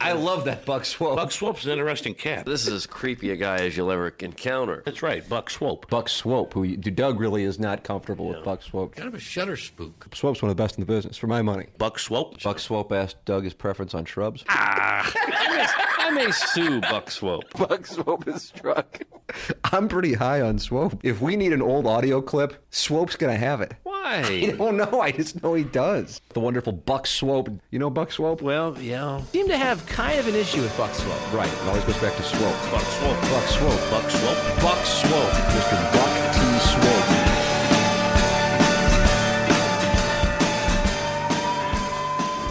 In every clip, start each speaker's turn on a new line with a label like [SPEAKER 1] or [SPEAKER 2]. [SPEAKER 1] I love that Buck Swope.
[SPEAKER 2] Buck Swope's an interesting cat.
[SPEAKER 1] This is as creepy a guy as you'll ever encounter.
[SPEAKER 2] That's right, Buck Swope.
[SPEAKER 3] Buck Swope, who you- Doug really is not comfortable with Buck Swope.
[SPEAKER 2] Kind of a shutter spook.
[SPEAKER 3] Swope's one of the best in the business, for my money.
[SPEAKER 2] Buck Swope.
[SPEAKER 3] Buck Swope asked Doug his preference on shrubs.
[SPEAKER 1] Ah.
[SPEAKER 2] I may sue Buck Swope.
[SPEAKER 1] Buck Swope is struck.
[SPEAKER 3] I'm pretty high on Swope. If we need an old audio clip, Swope's going to have it. I
[SPEAKER 2] Why?
[SPEAKER 3] don't know. I just know he does. The wonderful Buck Swope. You know Buck Swope?
[SPEAKER 4] Well, yeah. Seem to have kind of an issue with Buck Swope.
[SPEAKER 3] Right. It always goes back to Swope.
[SPEAKER 2] Buck Swope.
[SPEAKER 3] Buck Swope.
[SPEAKER 2] Buck Swope.
[SPEAKER 3] Buck Swope. Mr. Buck T. Swope.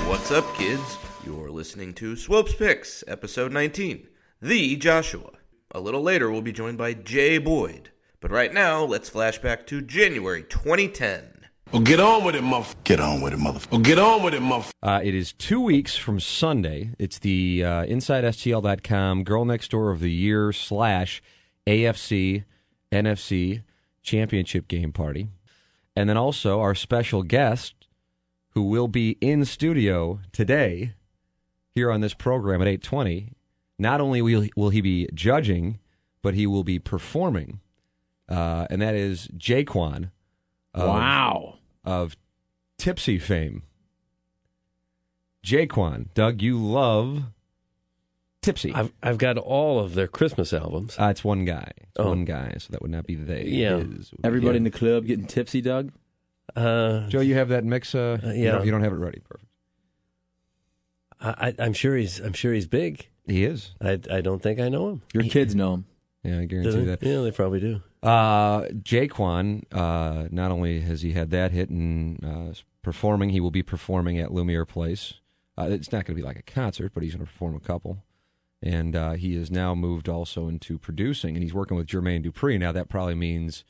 [SPEAKER 5] What's up, kids? You're listening to Swope's Picks, Episode 19 The Joshua. A little later, we'll be joined by Jay Boyd. But right now, let's flash back to January 2010.
[SPEAKER 6] Well, get on with it, motherfucker. Get on with it, motherfucker. Well, get on with it, motherfucker.
[SPEAKER 4] Uh, it is two weeks from Sunday. It's the uh, InsideSTL.com Girl Next Door of the Year slash AFC NFC Championship Game Party. And then also our special guest, who will be in studio today here on this program at 820. Not only will, will he be judging, but he will be performing. Uh, and that is Jaquan. of-
[SPEAKER 7] Wow.
[SPEAKER 4] of Tipsy fame. Jaquan, Doug, you love Tipsy.
[SPEAKER 7] I've, I've got all of their Christmas albums.
[SPEAKER 4] Uh, it's one guy. It's
[SPEAKER 7] Oh.
[SPEAKER 4] one guy, so that would not be they.
[SPEAKER 7] Yeah.
[SPEAKER 4] his. It would be
[SPEAKER 7] Everybody
[SPEAKER 4] him.
[SPEAKER 7] in
[SPEAKER 8] the club getting tipsy, Doug?
[SPEAKER 7] Uh,
[SPEAKER 4] Joe, you have that mix. Uh,
[SPEAKER 7] Uh,
[SPEAKER 4] you
[SPEAKER 7] yeah.
[SPEAKER 4] don't, you don't have it ready. Perfect.
[SPEAKER 7] I, I- I'm sure he's I'm sure he's big.
[SPEAKER 4] He is.
[SPEAKER 7] I, I don't think I know him.
[SPEAKER 8] Your kids know him.
[SPEAKER 4] Yeah, I
[SPEAKER 7] Do
[SPEAKER 4] guarantee
[SPEAKER 7] they?
[SPEAKER 4] that.
[SPEAKER 7] Yeah, they probably do.
[SPEAKER 4] Uh, Jaquan, uh, not only has he had that hit and uh, is performing, he will be performing at Lumiere Place. Uh, it's not going to be like a concert, but he's going to perform a couple. And uh, he has now moved also into producing, and he's working with Jermaine Dupri. Now, that probably means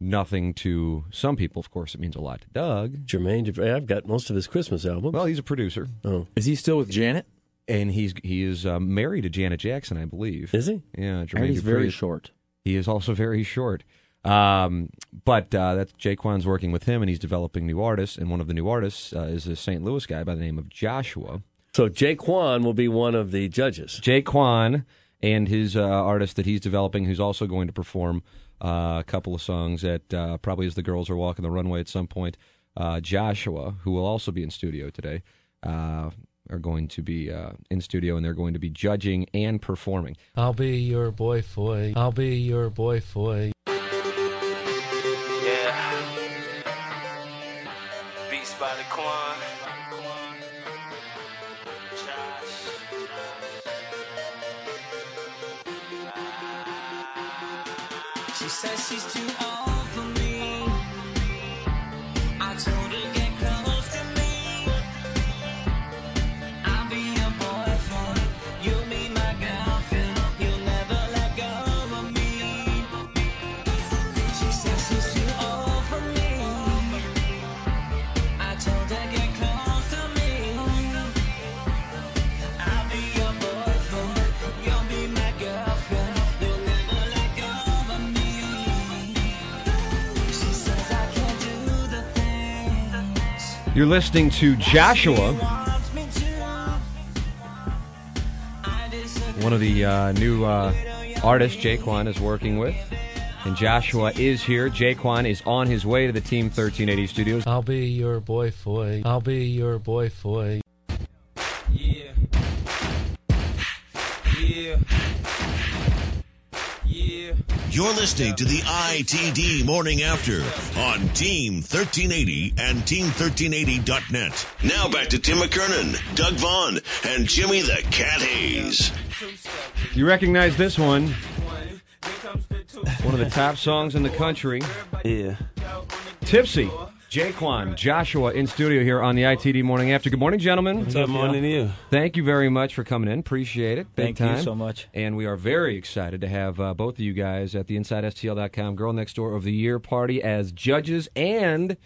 [SPEAKER 4] nothing to some people. Of course, it means a lot to Doug.
[SPEAKER 7] Jermaine Dupri. I've got most of his Christmas albums.
[SPEAKER 4] Well, he's a producer,
[SPEAKER 7] oh,
[SPEAKER 8] Is he still with Janet?
[SPEAKER 4] and he's he is uh, married to Janet Jackson, I believe.
[SPEAKER 7] is he?
[SPEAKER 4] Yeah, Jermaine
[SPEAKER 8] And he's
[SPEAKER 4] Dupri
[SPEAKER 8] very
[SPEAKER 4] is-
[SPEAKER 8] short.
[SPEAKER 4] He is also very short. Um, but uh, that's Jaquan's working with him, and he's developing new artists. And one of the new artists uh, is a St. Louis guy by the name of Joshua.
[SPEAKER 7] So Jaquan will be one of the judges.
[SPEAKER 4] Jaquan and his uh, artist that he's developing, who's also going to perform uh, a couple of songs at uh, probably as the girls are walking the runway at some point. Uh, Joshua, who will also be in studio today, uh, are going to be uh, in studio, and they're going to be judging and performing.
[SPEAKER 6] I'll be your boy foy. I'll be your boy foy.
[SPEAKER 9] Yeah. Beats by the Quan. Josh. She says she's too old for me. I told her get close to me. I'll be your boyfriend. You'll be my girlfriend. You'll never let go of me. She says she's too old for me. I told her get close to me. I'll be your boyfriend. You'll be my girlfriend. You'll never let go of me. She says I can't do the things
[SPEAKER 4] You're listening to Joshua.
[SPEAKER 9] wants me to. I disagree.
[SPEAKER 4] one of the uh, new uh, artists Jaquan is working with. And Joshua is here. Jaquan is on his way to the Team 1380 studios.
[SPEAKER 6] I'll be your boy foy. I'll be your boy foy.
[SPEAKER 9] Yeah. Yeah. Yeah.
[SPEAKER 6] You're listening to the ITD Morning After on Team 1380 and Team1380.net. Now back to Tim McKernan, Doug Vaughn, and Jimmy the Cat Hayes.
[SPEAKER 4] You recognize this one,
[SPEAKER 9] One. Here comes the two.
[SPEAKER 4] one of the top songs in the country,
[SPEAKER 9] Yeah.
[SPEAKER 4] Tipsy. Jaquan, Joshua in studio here on the ITD Morning After. Good morning, gentlemen.
[SPEAKER 10] What's up, Good morning to you.
[SPEAKER 4] Thank you very much for coming in. Appreciate it. Big
[SPEAKER 10] Thank you
[SPEAKER 4] time.
[SPEAKER 10] so much.
[SPEAKER 4] And we are very excited to have uh, both of you guys at the InsideSTL.com Girl Next Door of the Year party as judges and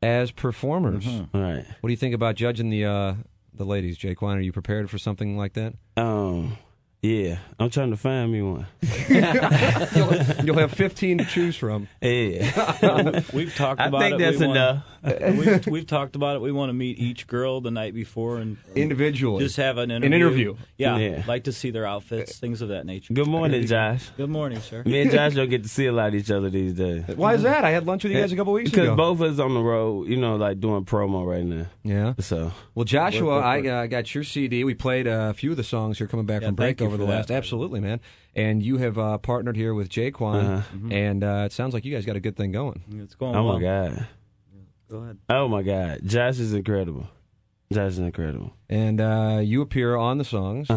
[SPEAKER 4] as performers.
[SPEAKER 10] All right.
[SPEAKER 4] What do you think about judging the uh, the ladies, Jaquan? Are you prepared for something like that?
[SPEAKER 10] Um, yeah, I'm trying to find me one.
[SPEAKER 4] you'll, you'll have 15 to choose from.
[SPEAKER 10] Yeah.
[SPEAKER 11] We've talked
[SPEAKER 10] I
[SPEAKER 11] about
[SPEAKER 10] think
[SPEAKER 11] it.
[SPEAKER 10] that's
[SPEAKER 11] we
[SPEAKER 10] enough.
[SPEAKER 11] Want, we've, we've talked about it. We want to meet each girl the night before and
[SPEAKER 4] Individually.
[SPEAKER 11] just have an
[SPEAKER 4] An
[SPEAKER 11] interview.
[SPEAKER 4] interview.
[SPEAKER 11] Yeah,
[SPEAKER 10] Yeah.
[SPEAKER 11] like to see their outfits, things of that nature.
[SPEAKER 10] Good morning, Josh.
[SPEAKER 11] Good morning, sir.
[SPEAKER 10] Me and Josh don't get to see a lot of each other these days.
[SPEAKER 4] Why is that? I had lunch with you guys a couple weeks
[SPEAKER 10] because
[SPEAKER 4] ago.
[SPEAKER 10] both of us on the road, you know, like doing promo right now.
[SPEAKER 4] Yeah.
[SPEAKER 10] So
[SPEAKER 4] Well, Joshua,
[SPEAKER 10] Work, work,
[SPEAKER 4] I uh, got your CD. We played uh, a few of the songs here coming back
[SPEAKER 10] Yeah,
[SPEAKER 4] from break
[SPEAKER 10] thank you
[SPEAKER 4] over
[SPEAKER 10] for
[SPEAKER 4] the
[SPEAKER 10] that.
[SPEAKER 4] last. Absolutely, man. And you have uh, partnered here with Jaquan,
[SPEAKER 10] Uh-huh. Mhm.
[SPEAKER 4] and uh, it sounds like you guys got a good thing going.
[SPEAKER 11] Mm-hmm. It's going
[SPEAKER 10] oh my god.
[SPEAKER 11] Go ahead.
[SPEAKER 10] Oh my god, Josh is incredible. Josh is incredible.
[SPEAKER 4] And uh, you appear on the songs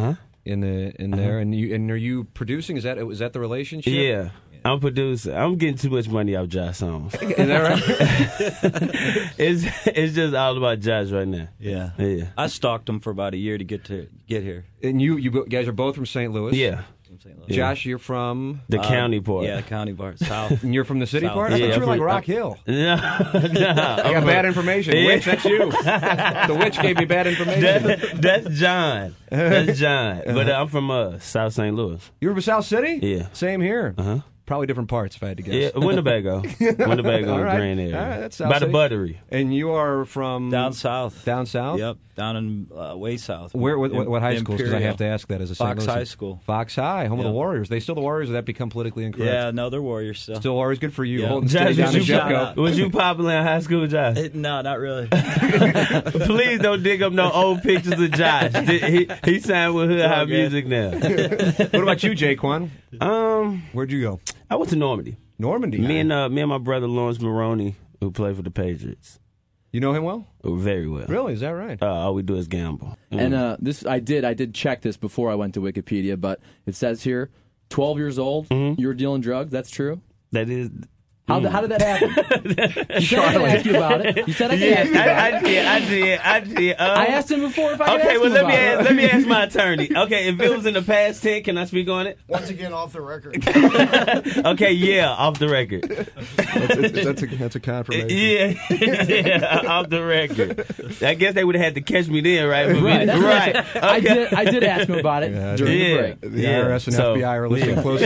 [SPEAKER 4] in the in there,
[SPEAKER 10] Uh-huh.
[SPEAKER 4] and you and are you producing? Is that is that the relationship?
[SPEAKER 10] Yeah. I'm producing. I'm getting too much money out Josh songs.
[SPEAKER 4] Is that
[SPEAKER 10] right? it's it's just all about Josh right now.
[SPEAKER 11] Yeah.
[SPEAKER 10] Yeah.
[SPEAKER 11] I stalked him for about a year to get to get here.
[SPEAKER 4] And you you guys are both from St. Louis.
[SPEAKER 10] Yeah.
[SPEAKER 11] From St. Louis.
[SPEAKER 4] Josh, you're from uh,
[SPEAKER 10] The county part.
[SPEAKER 11] Yeah, county part. South.
[SPEAKER 4] And you're from the city
[SPEAKER 11] South.
[SPEAKER 4] part. I thought you were like Rock Hill.
[SPEAKER 10] No,
[SPEAKER 4] I got bad information. Witch, that's you. the witch gave me bad information.
[SPEAKER 10] That's, that's John. That's John. But uh, I'm from uh, South St. Louis.
[SPEAKER 4] You were from South City?
[SPEAKER 10] Yeah.
[SPEAKER 4] Same here.
[SPEAKER 10] Uh-huh.
[SPEAKER 4] Probably different parts, if I had to guess.
[SPEAKER 10] Yeah, Winnebago. Winnebago,
[SPEAKER 4] All right.
[SPEAKER 10] Grand Area.
[SPEAKER 4] All right, that's South
[SPEAKER 10] By the
[SPEAKER 4] City.
[SPEAKER 10] buttery.
[SPEAKER 4] And you are from
[SPEAKER 11] down south.
[SPEAKER 4] Down south.
[SPEAKER 11] Yep, down in uh, way south.
[SPEAKER 4] Where? What, what, what high school? Because I
[SPEAKER 11] Imperial.
[SPEAKER 4] have to ask that as a St.
[SPEAKER 11] Fox
[SPEAKER 4] Louisan.
[SPEAKER 11] High School.
[SPEAKER 4] Fox High, home of
[SPEAKER 11] Yeah.
[SPEAKER 4] the Warriors. They still the Warriors. Or that become politically incorrect?
[SPEAKER 11] Yeah, no, they're Warriors still.
[SPEAKER 4] Still Warriors. Good for you.
[SPEAKER 11] Yeah.
[SPEAKER 4] Holding
[SPEAKER 11] Jazz,
[SPEAKER 4] steady down
[SPEAKER 11] did
[SPEAKER 4] to
[SPEAKER 11] you
[SPEAKER 4] Jeffco.
[SPEAKER 11] shout out?
[SPEAKER 10] Was you popular in high school, Josh?
[SPEAKER 11] Eh, no, not really.
[SPEAKER 10] Please don't dig up no old pictures of Josh. He, he signed with Hood
[SPEAKER 11] It's all
[SPEAKER 10] High
[SPEAKER 11] good.
[SPEAKER 10] Music now.
[SPEAKER 4] what about you, Jaquan?
[SPEAKER 10] Um,
[SPEAKER 4] Where'd you go?
[SPEAKER 10] I went to Normandy.
[SPEAKER 4] Normandy.
[SPEAKER 10] Me and uh, me and my brother Lawrence Maroney, who played for the Patriots, Oh,
[SPEAKER 4] You know him well?
[SPEAKER 10] very well.
[SPEAKER 4] Really? Is that right?
[SPEAKER 10] Uh, all we do is gamble. Mm.
[SPEAKER 12] And uh, this, I did, I did check this before I went to Wikipedia, but it says here, 12 years old, you were dealing drugs. That's true.
[SPEAKER 10] Mm-hmm. That is.
[SPEAKER 12] How,
[SPEAKER 10] Mm.
[SPEAKER 12] how did that happen? you said I could ask you about it. You said I could
[SPEAKER 10] yeah,
[SPEAKER 12] ask you about
[SPEAKER 10] I, I
[SPEAKER 12] it.
[SPEAKER 10] did, I did, I did. Uh,
[SPEAKER 12] I asked him before if I could
[SPEAKER 10] Okay,
[SPEAKER 12] ask
[SPEAKER 10] well
[SPEAKER 12] him
[SPEAKER 10] let me
[SPEAKER 12] about it.
[SPEAKER 10] ask, let me ask my attorney. Okay, if it was in the past ten, can I speak on it?
[SPEAKER 13] Once again, off the record.
[SPEAKER 10] Okay, yeah, off the record.
[SPEAKER 14] That's, that's, a, that's a confirmation.
[SPEAKER 10] Yeah, yeah, off the record. I guess they would have had to catch me then, right? But we-
[SPEAKER 12] Right, that's what I
[SPEAKER 10] right.
[SPEAKER 12] said. I did- I did ask him about it during the break.
[SPEAKER 4] The IRS and
[SPEAKER 10] So,
[SPEAKER 4] FBI are listening
[SPEAKER 10] yeah.
[SPEAKER 4] closely.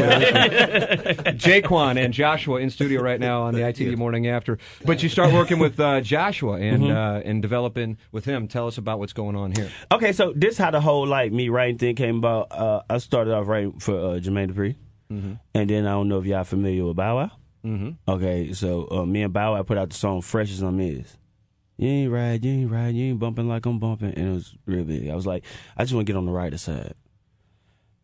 [SPEAKER 4] Jaquan and Joshua in studio right now on the ITV Morning After. But you start working with uh, Joshua and
[SPEAKER 10] Mm-hmm.
[SPEAKER 4] uh, and developing with him. Tell us about what's going on here.
[SPEAKER 10] Okay, so this how the whole like me writing thing came about. Uh, I started off writing for uh, Jermaine Dupri,
[SPEAKER 4] Mhm.
[SPEAKER 10] and then I don't know if y'all familiar with Bow Wow.
[SPEAKER 4] Mhm.
[SPEAKER 10] Okay, so uh, me and Bow Wow put out the song "Fresh as I'm Is." You ain't ride, you ain't ride, you ain't bumping like I'm bumping, and it was real big. I was like, I just want to get on the writer side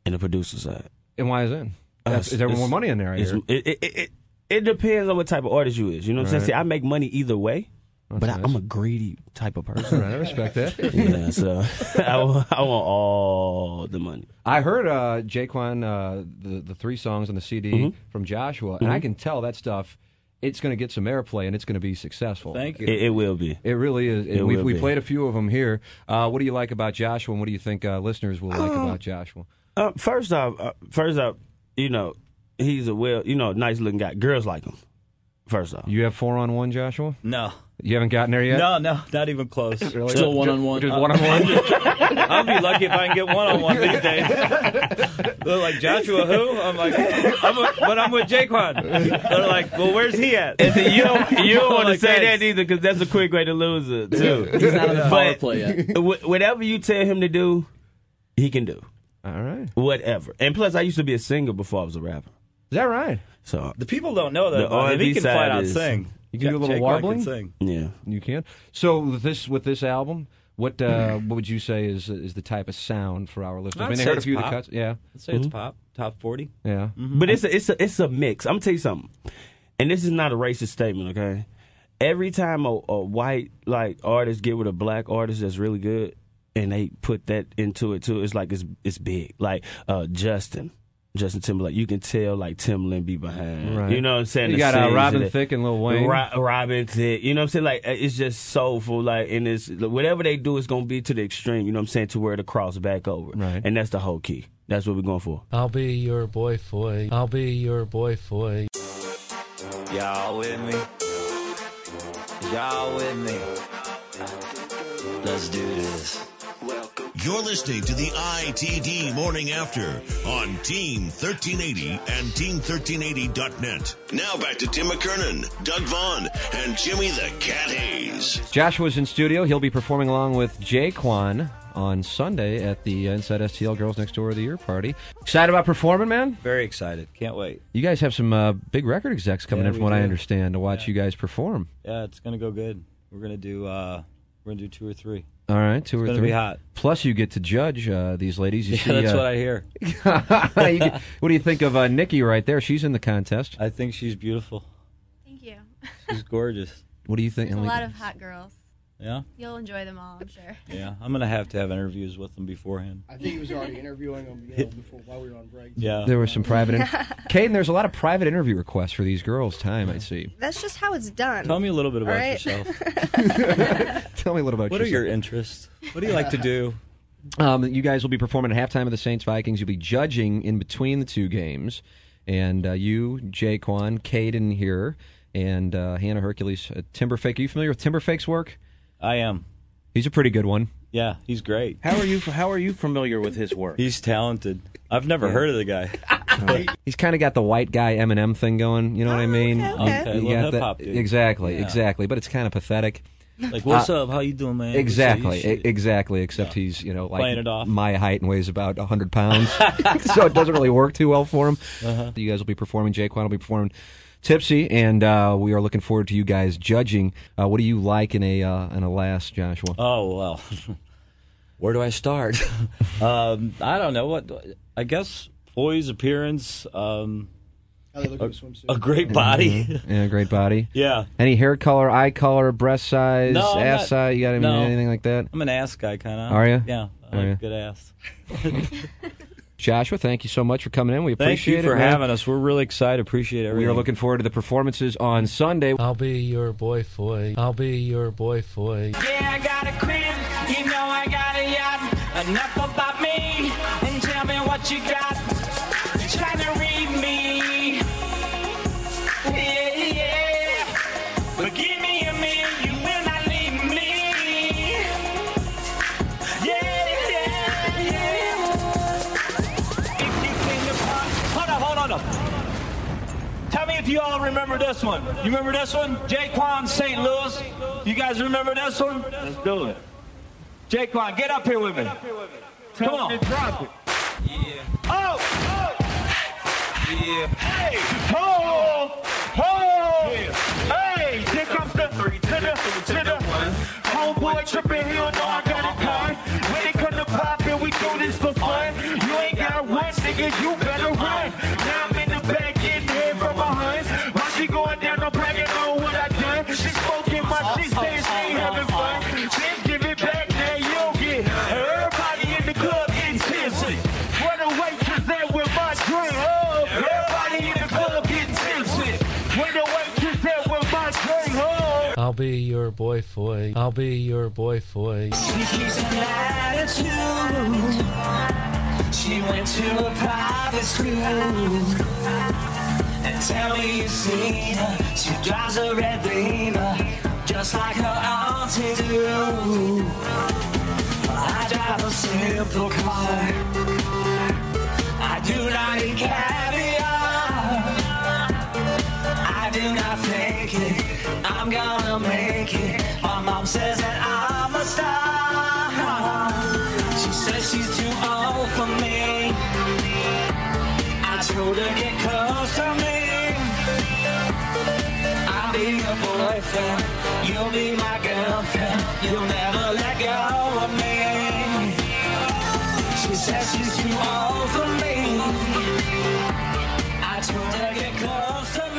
[SPEAKER 10] and the producer side.
[SPEAKER 4] And why is that?
[SPEAKER 10] Uh,
[SPEAKER 4] That's- is there
[SPEAKER 10] it's-
[SPEAKER 4] more money in there? I
[SPEAKER 10] it's-
[SPEAKER 4] hear?
[SPEAKER 10] It, it, it, it depends on what type of artist you is. You know what I'm
[SPEAKER 4] Right.
[SPEAKER 10] saying? See, I make money either way, but I,
[SPEAKER 4] nice.
[SPEAKER 10] I'm a greedy type of person.
[SPEAKER 4] All right, I respect that.
[SPEAKER 10] yeah, so I, wa- I want all the money.
[SPEAKER 4] I heard uh, Jaquan uh, the the three songs on the CD
[SPEAKER 10] Mm-hmm.
[SPEAKER 4] from Joshua, and I
[SPEAKER 10] Mhm.
[SPEAKER 4] can tell that stuff. It's going to get some airplay, and it's going to be successful.
[SPEAKER 11] Thank
[SPEAKER 10] It, it will be.
[SPEAKER 4] It really is.
[SPEAKER 10] It
[SPEAKER 4] we
[SPEAKER 10] will
[SPEAKER 4] we
[SPEAKER 10] be.
[SPEAKER 4] played a few of them here. Uh, what do you like about Joshua, and what do you think uh, listeners will like
[SPEAKER 10] Uh,
[SPEAKER 4] about Joshua?
[SPEAKER 10] Uh, first off, uh, first off, you know, he's a well, you know, nice looking guy. Girls like him. First off,
[SPEAKER 4] You have four on one, Joshua.
[SPEAKER 11] No.
[SPEAKER 4] You haven't gotten there yet.
[SPEAKER 11] No, no, not even close.
[SPEAKER 4] Really? Still one-on-one? Uh, Just one-on-one?
[SPEAKER 11] I'll be lucky if I can get one on one these days. They're like Joshua, who? I'm like, I'm with- but I'm with Jaquan. They're like, well, where's he at?
[SPEAKER 10] And then you don't, you don't want to
[SPEAKER 11] Like,
[SPEAKER 10] say
[SPEAKER 11] thanks.
[SPEAKER 10] that either because that's a quick way to lose it too.
[SPEAKER 12] He's not on the power
[SPEAKER 10] But
[SPEAKER 12] play yet.
[SPEAKER 10] wh- whatever you tell him to do, he can do.
[SPEAKER 4] All right.
[SPEAKER 10] Whatever. And plus, I used to be a singer before I was a rapper.
[SPEAKER 4] Is that right?
[SPEAKER 10] So
[SPEAKER 11] The people don't know that.
[SPEAKER 10] The
[SPEAKER 11] about him. He
[SPEAKER 10] R&B
[SPEAKER 11] can
[SPEAKER 10] side
[SPEAKER 11] flat out
[SPEAKER 10] is-
[SPEAKER 11] sing.
[SPEAKER 4] You can do a little
[SPEAKER 11] Jaquan
[SPEAKER 4] warbling?
[SPEAKER 11] Can sing.
[SPEAKER 10] yeah,
[SPEAKER 4] You can. So with this with this album, what uh, what would you say is is the type of sound for our listeners? I mean, they heard a few of the cuts. Yeah.
[SPEAKER 11] I'd say it's pop. Top 40.
[SPEAKER 4] Yeah.
[SPEAKER 10] Mm-hmm. But it's a, it's a, it's a mix. I'm gonna tell you something, and this is not a racist statement, okay? Every time a, a white like artist get with a black artist that's really good, and they put that into it too, it's like it's it's big. Like uh, Justin, Justin Timberlake, you can tell like Timbaland be behind.
[SPEAKER 4] Right.
[SPEAKER 10] You know what I'm saying?
[SPEAKER 4] You
[SPEAKER 10] The
[SPEAKER 4] got, uh,
[SPEAKER 10] scenes
[SPEAKER 4] Robin
[SPEAKER 10] and the-
[SPEAKER 4] Thicke and Lil Wayne.
[SPEAKER 10] Ro- Robin Thicke. You know what I'm saying? Like uh, it's just soulful. Like and it's whatever they do, it's gonna be to the extreme. You know what I'm saying? To where the cross back over. Right. And that's the whole key. That's what we're going for.
[SPEAKER 15] I'll be your boy foy. I'll be your boy foy.
[SPEAKER 16] Y'all with me? Y'all with me? Let's do this.
[SPEAKER 6] You're listening to the ITD Morning After on Team 1380 and Team1380.net. Now back to Tim McKernan, Doug Vaughn, and Jimmy the Cat Hayes.
[SPEAKER 4] Joshua's in studio. He'll be performing along with Jaquan on Sunday at the uh, Inside STL Girls Next Door of the Year party. Excited about performing, man?
[SPEAKER 11] Very excited. Can't wait.
[SPEAKER 4] You guys have some uh, big record execs coming
[SPEAKER 11] Yeah,
[SPEAKER 4] in, from
[SPEAKER 11] we
[SPEAKER 4] what I
[SPEAKER 11] do.
[SPEAKER 4] understand, to watch you guys perform.
[SPEAKER 11] Yeah, it's gonna go good. We're gonna do uh we're gonna do two or three.
[SPEAKER 4] All right, two
[SPEAKER 11] It's
[SPEAKER 4] or
[SPEAKER 11] gonna
[SPEAKER 4] three.
[SPEAKER 11] be hot.
[SPEAKER 4] Plus, you get to judge uh, these ladies. You
[SPEAKER 11] yeah,
[SPEAKER 4] see,
[SPEAKER 11] that's
[SPEAKER 4] uh,
[SPEAKER 11] what I hear.
[SPEAKER 4] you get- what do you think of uh, Nikki right there? She's in the contest.
[SPEAKER 11] I think she's beautiful.
[SPEAKER 17] Thank you.
[SPEAKER 11] She's gorgeous.
[SPEAKER 4] What do you think?
[SPEAKER 17] There's a
[SPEAKER 4] Emily?
[SPEAKER 17] lot of hot girls.
[SPEAKER 11] Yeah?
[SPEAKER 17] You'll enjoy them all, I'm sure.
[SPEAKER 11] Yeah. I'm gonna have to have interviews with them beforehand.
[SPEAKER 18] I think he was already interviewing him you know, before while we were on break.
[SPEAKER 11] Yeah.
[SPEAKER 4] There were some private. In- Caden, there's a lot of private interview requests for these girls. Time I see.
[SPEAKER 19] That's just how it's done.
[SPEAKER 11] Tell me a little bit about
[SPEAKER 19] All right?
[SPEAKER 11] yourself.
[SPEAKER 4] Tell me a little about
[SPEAKER 11] What are
[SPEAKER 4] yourself.
[SPEAKER 11] your interests? What do you like to do?
[SPEAKER 4] Um, you guys will be performing at halftime of the Saints Vikings. You'll be judging in between the two games, and uh, you, Jaquan, Caden here, and uh, Hannah Hercules, uh, Timberfake. Are you familiar with Timberfake's work?
[SPEAKER 11] I am.
[SPEAKER 4] He's a pretty good one.
[SPEAKER 11] Yeah, he's great.
[SPEAKER 10] How are you? How are you familiar with his work?
[SPEAKER 11] He's talented. I've never heard of the guy.
[SPEAKER 4] He's kind of got the white guy Eminem thing going. You know what I mean?
[SPEAKER 11] Oh, okay. Okay,
[SPEAKER 4] You
[SPEAKER 11] little
[SPEAKER 4] got
[SPEAKER 11] hip
[SPEAKER 4] that-
[SPEAKER 11] hop dude.
[SPEAKER 4] Exactly,
[SPEAKER 11] Yeah.
[SPEAKER 4] exactly. But it's kind of pathetic. Uh,
[SPEAKER 11] Like, what's up? How you doing, man?
[SPEAKER 4] Exactly,
[SPEAKER 11] What's up? You
[SPEAKER 4] e- exactly. Except he's you know like
[SPEAKER 11] Playing it off.
[SPEAKER 4] my height and weighs about hundred pounds, so it doesn't really work too well for him.
[SPEAKER 11] Uh-huh.
[SPEAKER 4] You guys will be performing. Jaquan will be performing. Tipsy, and uh, we are looking forward to you guys judging. Uh, what do you like in a uh, in a last, Joshua?
[SPEAKER 11] Oh well, where do I start? um, I don't know what. I guess Floyd's appearance, um,
[SPEAKER 18] How they look in
[SPEAKER 11] a,
[SPEAKER 18] the swimsuit.
[SPEAKER 11] a great
[SPEAKER 10] Mm-hmm.
[SPEAKER 11] body.
[SPEAKER 4] Mhm. yeah, great body.
[SPEAKER 11] Yeah.
[SPEAKER 4] Any hair color, eye color, breast size,
[SPEAKER 11] No, I'm
[SPEAKER 4] ass
[SPEAKER 11] not-
[SPEAKER 4] size? You got any-
[SPEAKER 11] no.
[SPEAKER 4] anything like that?
[SPEAKER 11] I'm an ass guy, kind of.
[SPEAKER 4] Are you?
[SPEAKER 11] Yeah, I
[SPEAKER 4] Are
[SPEAKER 11] like
[SPEAKER 4] you?
[SPEAKER 11] good ass.
[SPEAKER 4] Joshua, thank you so much for coming in. We
[SPEAKER 11] Thank
[SPEAKER 4] appreciate
[SPEAKER 11] you for
[SPEAKER 4] it, man.
[SPEAKER 11] having us. We're really excited. Appreciate
[SPEAKER 4] We
[SPEAKER 11] everything.
[SPEAKER 4] are looking forward to the performances on Sunday.
[SPEAKER 9] Oh.
[SPEAKER 15] I'll be your boy foy. I'll be your boy foy.
[SPEAKER 9] Yeah, I got a crib, you know I got a yacht. Enough about me, and tell me what you got. Trying to read me. Yeah, yeah. But give me a minute, you will not leave me. Yeah, yeah, yeah. If you came to pop- Hold on, hold on. up. Tell me if you all remember this one. You remember this one? Jaquan St. Louis. You guys remember this one? Let's do it. Jaquan, get up here with me. Come on. drop it. Oh! Yeah. Hey! Ho! Ho! Hey! Here comes the three to the to the one. Homeboy tripping, he don't know I got it done. When it come to poppin', we do this for fun. You ain't got one nigga, you better run. Now I'm in the back getting head from my huns. While she going down, I'm bragging on what I done. She smoking my shit, saying she ain't having fun. Then give it back, now you don't get. Everybody in the club getting tipsy. Run away, cause that with my drink. Oh, everybody in the club getting tipsy. Run away, cause that with my drink. Oh.
[SPEAKER 15] I'll be your boy foy. I'll be your boy foy.
[SPEAKER 9] She's an attitude. She went to a private school. And tell me you've seen her. She drives a red beamer, just like her auntie do. I drive a simple car. I do not eat caviar. I do not fake it. I'm gonna make it. My mom says that I'm a star. She says she's too old for me. I told her get close to me. I'll be your boyfriend. You'll be my girlfriend. You'll never let go of me. She says she's too old for me. I told her get close to me.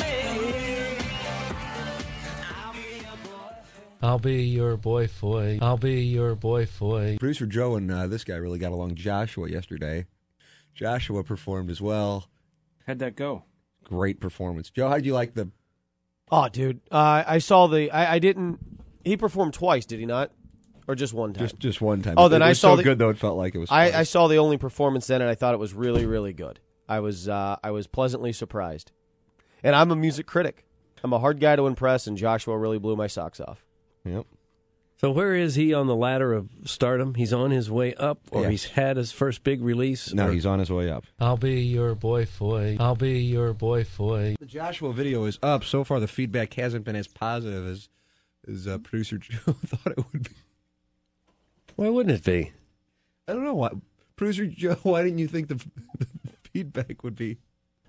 [SPEAKER 15] I'll be your boy foy. I'll be your boy foy.
[SPEAKER 20] Producer Joe and uh, this guy really got along. Joshua yesterday.
[SPEAKER 21] Joshua performed as well.
[SPEAKER 22] How'd that go?
[SPEAKER 21] Great performance. Joe, how would you like the
[SPEAKER 12] Oh, dude, uh, I saw the. I, I didn't. He performed twice, did he not? Or just one time?
[SPEAKER 21] just just one time?
[SPEAKER 12] Oh,
[SPEAKER 21] It
[SPEAKER 12] then I
[SPEAKER 21] was
[SPEAKER 12] saw
[SPEAKER 21] so
[SPEAKER 12] the,
[SPEAKER 21] good though. It felt like it was.
[SPEAKER 12] I,
[SPEAKER 21] twice.
[SPEAKER 12] I saw the only performance then, and I thought it was really, really good. I was uh, I was pleasantly surprised, and I'm a music critic. I'm a hard guy to impress, and Joshua really blew my socks off.
[SPEAKER 21] Yep.
[SPEAKER 7] So where is he on the ladder of stardom? He's on his way up, or
[SPEAKER 21] Yes.
[SPEAKER 7] he's had his first big release.
[SPEAKER 21] no,
[SPEAKER 7] or-
[SPEAKER 21] he's on his way up.
[SPEAKER 15] I'll be your boy foy. I'll be your boy foy.
[SPEAKER 21] The Joshua video is up. So far, the feedback hasn't been as positive as as uh, producer Joe thought it would be.
[SPEAKER 7] Why wouldn't it be?
[SPEAKER 21] I don't know why. Producer Joe, why didn't you think the, the feedback would be?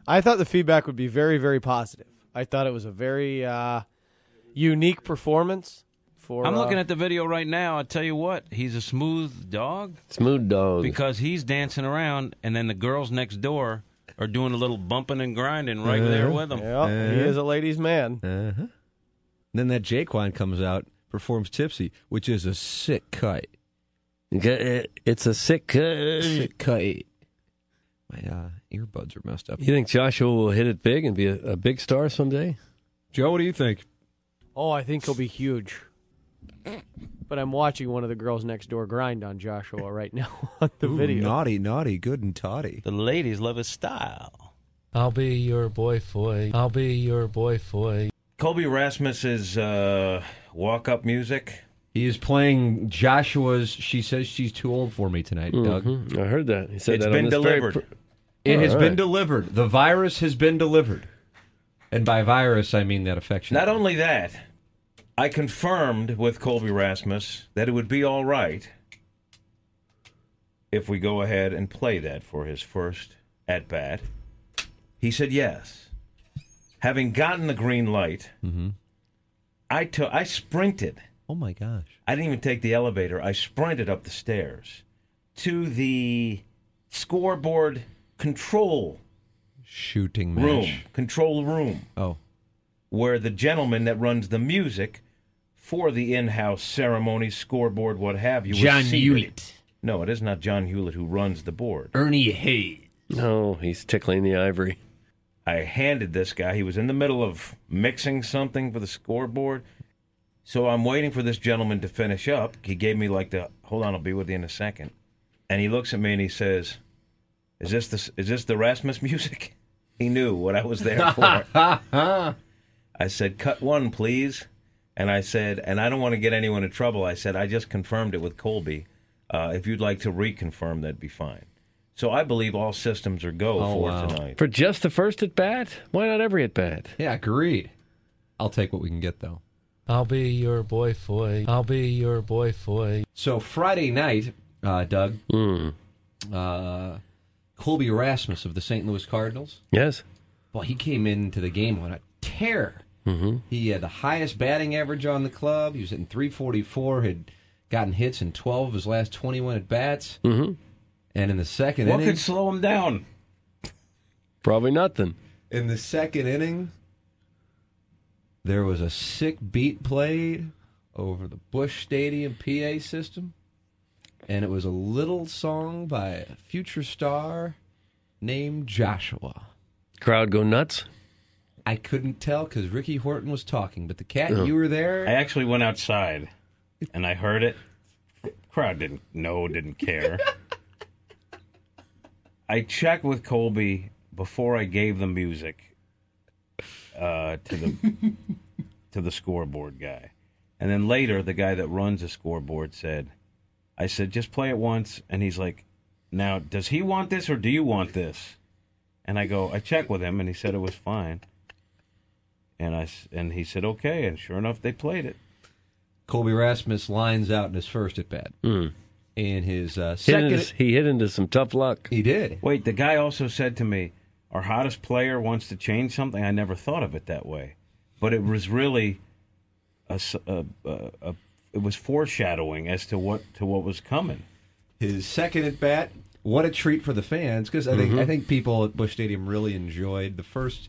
[SPEAKER 12] I thought the feedback would be very, very positive. I thought it was a very uh, unique performance. For
[SPEAKER 22] I'm
[SPEAKER 12] uh,
[SPEAKER 22] looking at the video right now. I tell you what, he's a smooth dog
[SPEAKER 7] Smooth dog.
[SPEAKER 22] because he's dancing around, and then the girls next door are doing a little bumping and grinding right
[SPEAKER 10] Uh-huh.
[SPEAKER 22] there with him.
[SPEAKER 12] Yep, he is a ladies' man.
[SPEAKER 21] Uh-huh. Then that Jaquan comes out, performs Tipsy, which is a sick cut.
[SPEAKER 7] It's a sick cut.
[SPEAKER 21] Sick cut. My uh, earbuds are messed up.
[SPEAKER 7] You think Joshua will hit it big and be a, a big star someday?
[SPEAKER 21] Joe, what do you think?
[SPEAKER 12] Oh, I think he'll be huge. But I'm watching one of the girls next door grind on Joshua right now on the
[SPEAKER 21] Ooh,
[SPEAKER 12] video.
[SPEAKER 21] Naughty, naughty, good and toddy.
[SPEAKER 22] The ladies love his style.
[SPEAKER 15] I'll be your boy foy. I'll be your boy foy.
[SPEAKER 19] Kobe Rasmus's uh, walk-up music.
[SPEAKER 4] He is playing Joshua's She Says She's Too Old for Me tonight,
[SPEAKER 7] Mhm.
[SPEAKER 4] Doug.
[SPEAKER 7] I heard that. He said
[SPEAKER 4] It's
[SPEAKER 7] that on
[SPEAKER 4] been
[SPEAKER 7] this very
[SPEAKER 4] delivered.
[SPEAKER 7] pr-
[SPEAKER 4] It has
[SPEAKER 7] All
[SPEAKER 4] been
[SPEAKER 7] right.
[SPEAKER 4] delivered. The virus has been delivered. And by virus, I mean that affection.
[SPEAKER 19] Not only that, I confirmed with Colby Rasmus that it would be all right if we go ahead and play that for his first at bat. He said yes. Having gotten the green light, I took I sprinted.
[SPEAKER 21] Mm-hmm. Oh my gosh.
[SPEAKER 19] I didn't even take the elevator. I sprinted up the stairs to the scoreboard control
[SPEAKER 21] Shooting match.
[SPEAKER 19] room, control room.
[SPEAKER 21] Oh.
[SPEAKER 19] Where the gentleman that runs the music for the in-house ceremony, scoreboard, what have you, was
[SPEAKER 4] John
[SPEAKER 19] seated.
[SPEAKER 4] Hewlett.
[SPEAKER 19] No, it is not John Hewlett who runs the board.
[SPEAKER 4] Ernie Hayes.
[SPEAKER 19] No, he's tickling the ivory. I handed this guy. He was in the middle of mixing something for the scoreboard. So I'm waiting for this gentleman to finish up. He gave me like the hold on, I'll be with you in a second. And he looks at me and he says, "Is this the is this the Rasmus music?" He knew what I was there for. I said, "Cut one, please." And I said, "And I don't want to get anyone in trouble." I said, "I just confirmed it with Colby. Uh, if you'd like to reconfirm, that'd be fine." So I believe all systems are go
[SPEAKER 4] Oh,
[SPEAKER 19] for
[SPEAKER 4] wow.
[SPEAKER 19] tonight.
[SPEAKER 7] For just the first at bat? Why not every at bat?
[SPEAKER 4] Yeah, agreed. I'll take what we can get, though.
[SPEAKER 15] I'll be your boy foy. I'll be your boy foy.
[SPEAKER 4] So Friday night, uh, Doug,
[SPEAKER 7] Hmm.
[SPEAKER 4] uh, Colby Erasmus of the St. Louis Cardinals.
[SPEAKER 7] Yes.
[SPEAKER 4] Well, he came into the game on a tear.
[SPEAKER 7] Mm-hmm.
[SPEAKER 4] He had the highest batting average on the club. He was hitting 344, had gotten hits in 12 of his last 21 at bats.
[SPEAKER 7] Mm-hmm.
[SPEAKER 4] And in the second
[SPEAKER 7] What
[SPEAKER 4] inning.
[SPEAKER 7] could
[SPEAKER 4] slow him down?
[SPEAKER 7] Probably nothing.
[SPEAKER 4] In the second inning, there was a sick beat played over the Bush Stadium PA system. And it was a little song by a future star named Joshua.
[SPEAKER 7] Crowd go nuts.
[SPEAKER 4] I couldn't tell because Ricky Horton was talking, but the cat,
[SPEAKER 19] Oh.
[SPEAKER 4] you were there.
[SPEAKER 19] I actually went outside and I heard it. Crowd didn't know, didn't care. I checked with Colby before I gave the music uh, to the to the scoreboard guy, and then later the guy that runs the scoreboard said, "I said just play it once," and he's like, "Now does he want this or do you want this?" And I go, I checked with him, and he said it was fine. And I s- and he said okay, and sure enough, they played it.
[SPEAKER 4] Colby Rasmus lines out in his first at bat.
[SPEAKER 7] Hmm.
[SPEAKER 4] In his uh,
[SPEAKER 19] Hit
[SPEAKER 4] second.
[SPEAKER 19] into-
[SPEAKER 7] he hit into some tough luck.
[SPEAKER 4] He did.
[SPEAKER 19] Wait, the guy also said to me, "Our hottest player wants to change something." I never thought of it that way, but it was really a, s- a- a- a- it was foreshadowing as to what to what was coming.
[SPEAKER 4] His second at bat. What a treat for the fans because I think
[SPEAKER 19] Mhm.
[SPEAKER 4] I think people at Bush Stadium really enjoyed the first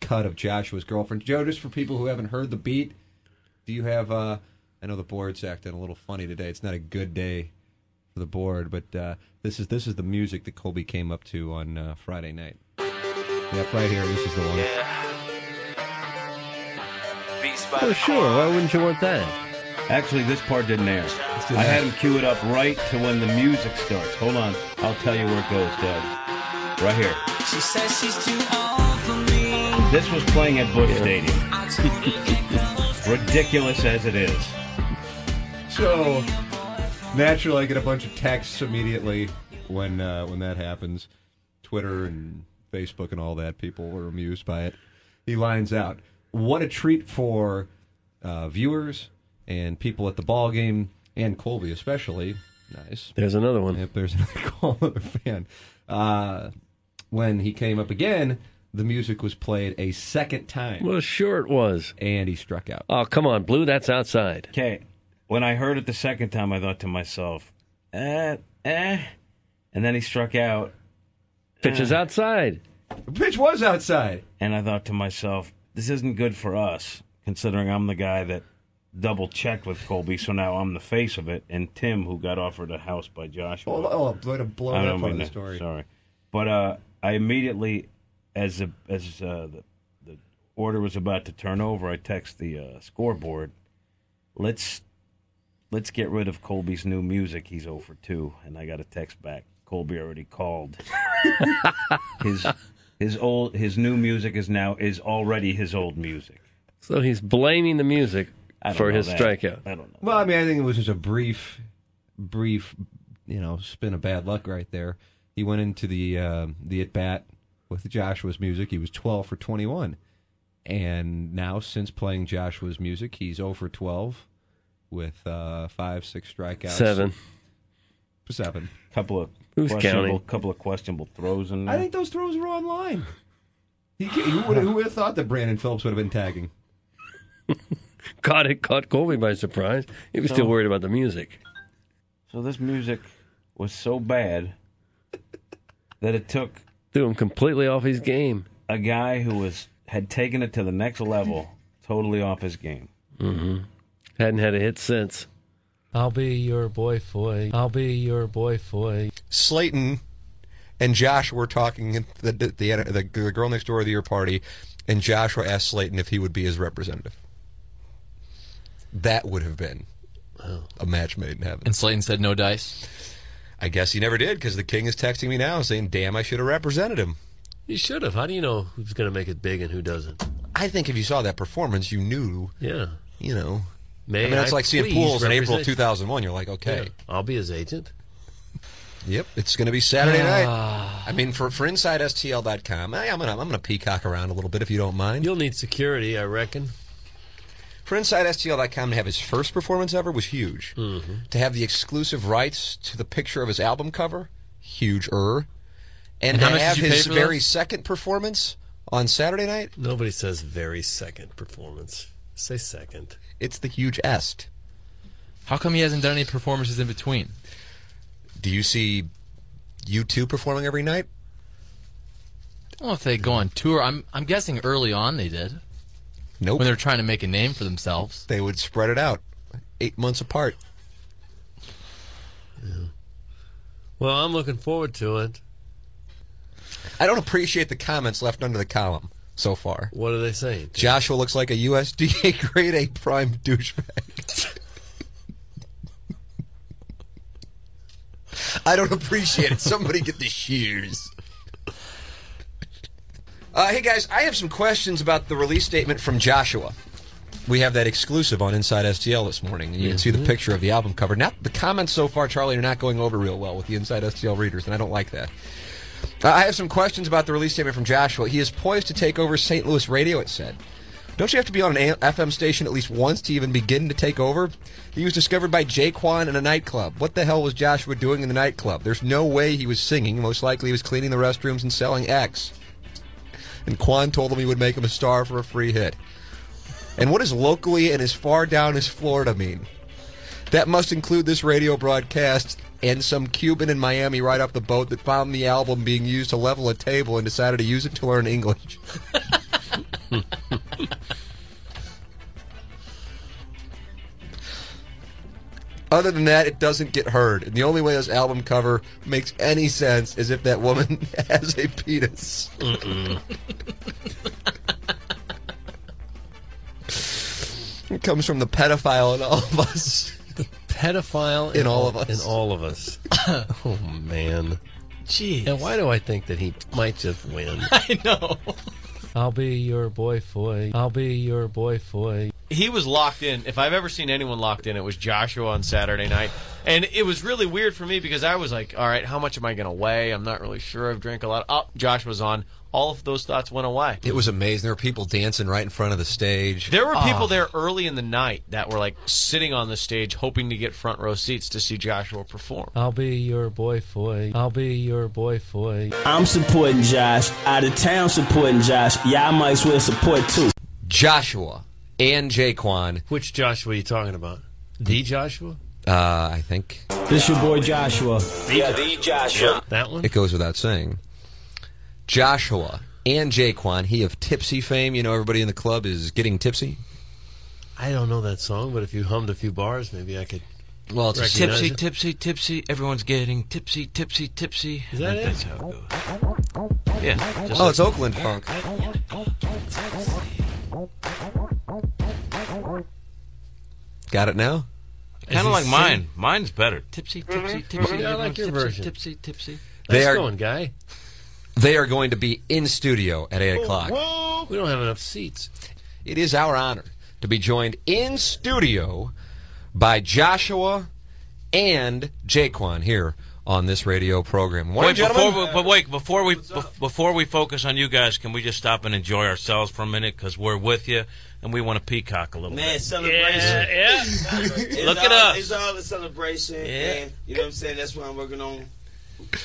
[SPEAKER 4] cut of Joshua's girlfriend. Joe, just for people who haven't heard the beat, do you have? uh I know the board's acting a little funny today. It's not a good day for
[SPEAKER 17] for the board, but uh, this is this is the music that Colby came up to on uh, Friday night. Yep, right here. This is the one.
[SPEAKER 19] Oh,
[SPEAKER 2] For sure. Why wouldn't you want that?
[SPEAKER 19] Actually, this part didn't air.
[SPEAKER 2] do
[SPEAKER 19] I
[SPEAKER 2] that.
[SPEAKER 19] had him cue it up right to when the music starts. Hold on. I'll tell you where it goes, Doug. Right here.
[SPEAKER 9] She says she's too old for me.
[SPEAKER 19] This was playing at Bush Stadium. Ridiculous as it is.
[SPEAKER 17] So naturally, I get a bunch of texts immediately when uh, when that happens. Twitter and Facebook and all that people are amused by it. He lines out, "What a treat for uh, viewers and people at the ball game, and Colby especially." Nice.
[SPEAKER 2] There's another one.
[SPEAKER 17] Yep, there's another call another fan. Uh, when he came up again, the music was played a second time.
[SPEAKER 2] Well, sure it was.
[SPEAKER 17] And he struck out.
[SPEAKER 2] Oh, come on, Blue. That's outside.
[SPEAKER 19] Okay. When I heard it the second time, I thought to myself, eh, eh. And then he struck out. Eh.
[SPEAKER 2] Pitch is outside.
[SPEAKER 17] The pitch was outside.
[SPEAKER 19] And I thought to myself, this isn't good for us, considering I'm the guy that double checked with Colby, so now I'm the face of it, and Tim, who got offered a house by Joshua.
[SPEAKER 17] Oh, oh, blown up
[SPEAKER 19] I don't
[SPEAKER 17] on
[SPEAKER 19] mean
[SPEAKER 17] the
[SPEAKER 19] to-
[SPEAKER 17] story.
[SPEAKER 19] Sorry, but uh, I immediately, as the as uh, the, the order was about to turn over, I text the uh, scoreboard. Let's let's get rid of Colby's new music. He's over two, and I got a text back. Colby already called. his his old his new music is now is already his old music.
[SPEAKER 2] So he's blaming the music
[SPEAKER 19] I don't
[SPEAKER 2] for
[SPEAKER 19] know
[SPEAKER 2] his
[SPEAKER 19] that.
[SPEAKER 2] strikeout.
[SPEAKER 19] I don't know.
[SPEAKER 17] Well, I mean, I think it was just a brief, brief, you know, spin of bad luck right there. He went into the uh, the at bat with Joshua's music. He was twelve for twenty one, and now since playing Joshua's music, he's zero for twelve with uh, five, six strikeouts,
[SPEAKER 2] Seven.
[SPEAKER 17] seven,
[SPEAKER 19] couple of
[SPEAKER 17] Who's
[SPEAKER 19] questionable,
[SPEAKER 17] counting?
[SPEAKER 19] couple of questionable throws in there.
[SPEAKER 17] I think those throws were online. He, who would who would have thought that Brandon Phillips would have been tagging?
[SPEAKER 2] Caught it caught Colby by surprise. He was
[SPEAKER 19] So-
[SPEAKER 2] still worried about the music.
[SPEAKER 19] So this music was so bad that it took
[SPEAKER 2] threw him completely off his game.
[SPEAKER 19] A guy who was had taken it to the next level, totally off his game.
[SPEAKER 4] Mm-hmm.
[SPEAKER 2] hmm Hadn't had a hit since.
[SPEAKER 7] I'll be your boy foy. I'll be your boy foy.
[SPEAKER 4] Slayton and Josh were talking at the the, the, the girl next door of the year party, and Joshua asked Slayton if he would be his representative. That would have been a match made in heaven.
[SPEAKER 23] And Slayton said no dice.
[SPEAKER 4] I guess he never did because the king is texting me now saying, "Damn, I should have represented him."
[SPEAKER 7] You should have. How do you know who's going to make it big and who doesn't?
[SPEAKER 4] I think if you saw that performance, you knew.
[SPEAKER 7] Yeah.
[SPEAKER 4] You know.
[SPEAKER 7] May
[SPEAKER 4] I mean, that's
[SPEAKER 7] I
[SPEAKER 4] like seeing
[SPEAKER 7] please
[SPEAKER 4] pools in April
[SPEAKER 7] represent-
[SPEAKER 4] 2001. You're like, okay.
[SPEAKER 7] Yeah. I'll be his agent.
[SPEAKER 4] Yep, it's going to be Saturday
[SPEAKER 7] Ah.
[SPEAKER 4] night. I mean, for for InsideSTL.com, I, eh, I'm gonna I'm gonna peacock around a little bit if you don't mind.
[SPEAKER 7] You'll need security, I reckon.
[SPEAKER 4] For InsideSTL.com to have his first performance ever was huge. Mm-hmm. To have the exclusive rights to the picture of his album cover, huge er. And,
[SPEAKER 7] And how
[SPEAKER 4] to
[SPEAKER 7] much did
[SPEAKER 4] have
[SPEAKER 7] you pay
[SPEAKER 4] his
[SPEAKER 7] for
[SPEAKER 4] very
[SPEAKER 7] those?
[SPEAKER 4] second performance on Saturday night,
[SPEAKER 7] Nobody says very second performance. Say second.
[SPEAKER 4] it's the huge est.
[SPEAKER 23] How come he hasn't done any performances in between?
[SPEAKER 4] Do you see you two performing every night?
[SPEAKER 23] I don't know if they go on tour. I'm I'm guessing early on they did.
[SPEAKER 4] Nope.
[SPEAKER 23] When they're trying to make a name for themselves.
[SPEAKER 4] They would spread it out eight months apart.
[SPEAKER 7] Well, I'm looking forward to it.
[SPEAKER 4] I don't appreciate the comments left under the column so far.
[SPEAKER 7] What are they saying?
[SPEAKER 4] Joshua looks like a USDA grade A prime douchebag. I don't appreciate it. Somebody get the shears. Uh, hey guys, I have some questions about the release statement from Joshua. We have that exclusive on Inside STL this morning, and you can see the
[SPEAKER 7] Mhm.
[SPEAKER 4] picture of the album cover. Now, the comments so far, Charlie, are not going over real well with the Inside STL readers, and I don't like that. Uh, I have some questions about the release statement from Joshua. He is poised to take over St. Louis radio, it said. Don't you have to be on an A- FM station at least once to even begin to take over? He was discovered by Jaquan in a nightclub. What the hell was Joshua doing in the nightclub? There's no way he was singing. Most likely he was cleaning the restrooms and selling X. And Quan told him he would make him a star for a free hit. And what does locally and as far down as Florida mean? That must include this radio broadcast and some Cuban in Miami right off the boat that found the album being used to level a table and decided to use it to learn English. Other than that, it doesn't get heard. And the only way this album cover makes any sense is if that woman has a penis. it comes from the pedophile in all of us. The
[SPEAKER 7] pedophile
[SPEAKER 4] in, all of us.
[SPEAKER 7] In all of us. oh man.
[SPEAKER 12] Jeez.
[SPEAKER 7] And why do I think that he might just win?
[SPEAKER 12] I know.
[SPEAKER 7] I'll be your boy foy. I'll be your boy foy.
[SPEAKER 12] He was locked in. If I've ever seen anyone locked in, it was Joshua on Saturday night. And it was really weird for me because I was like, all right, how much am I going to weigh? I'm not really sure. I've drank a lot. Oh, Joshua's on. All of those thoughts went away.
[SPEAKER 4] It was amazing. There were people dancing right in front of the stage.
[SPEAKER 12] There were people
[SPEAKER 4] Ah.
[SPEAKER 12] there early in the night that were like sitting on the stage hoping to get front row seats to see Joshua perform.
[SPEAKER 7] I'll be your boy foy. I'll be your boy foy.
[SPEAKER 10] I'm supporting Josh. Out of town supporting Josh. Y'all might as well support too.
[SPEAKER 4] Joshua and Jaquan.
[SPEAKER 7] Which Joshua are you talking about? The Joshua?
[SPEAKER 4] Uh, I think.
[SPEAKER 10] This your boy Joshua. Yeah, the Joshua.
[SPEAKER 7] That one?
[SPEAKER 4] It goes without saying. Joshua and Jaquan, he of Tipsy fame. You know, everybody in the club is getting tipsy.
[SPEAKER 7] I don't know that song, but if you hummed a few bars, maybe I could.
[SPEAKER 4] Well, it's a
[SPEAKER 7] recognize
[SPEAKER 19] tipsy,
[SPEAKER 7] it.
[SPEAKER 19] tipsy, tipsy. Everyone's getting tipsy, tipsy, tipsy.
[SPEAKER 7] Is that
[SPEAKER 19] I think
[SPEAKER 7] it?
[SPEAKER 19] That's how it goes. Yeah. just
[SPEAKER 4] oh,
[SPEAKER 19] like-
[SPEAKER 4] it's Oakland funk. Got it now?
[SPEAKER 19] Kind of like mine. Mine's better. Tipsy,
[SPEAKER 4] Mm-hmm.
[SPEAKER 19] tipsy, tipsy.
[SPEAKER 7] Yeah, I like your
[SPEAKER 19] Everyone's tipsy,
[SPEAKER 7] version.
[SPEAKER 19] Tipsy, tipsy.
[SPEAKER 4] They are,
[SPEAKER 7] guy.
[SPEAKER 4] They are going to be in studio at 8 o'clock.
[SPEAKER 7] We don't have enough seats.
[SPEAKER 4] It is our honor to be joined in studio by Joshua and Jaquan here on this radio program. Morning,
[SPEAKER 19] Wait, before
[SPEAKER 4] gentlemen.
[SPEAKER 19] we, but wait, before we bef- before we focus on you guys, can we just stop and enjoy ourselves for a minute? Because we're with you, and we want to peacock a little
[SPEAKER 11] Man,
[SPEAKER 19] bit.
[SPEAKER 11] celebration.
[SPEAKER 19] Yeah,
[SPEAKER 11] It's
[SPEAKER 19] Look
[SPEAKER 11] all,
[SPEAKER 19] at us.
[SPEAKER 11] It's all a celebration.
[SPEAKER 19] Yeah.
[SPEAKER 11] And you know what I'm saying? That's what I'm working on.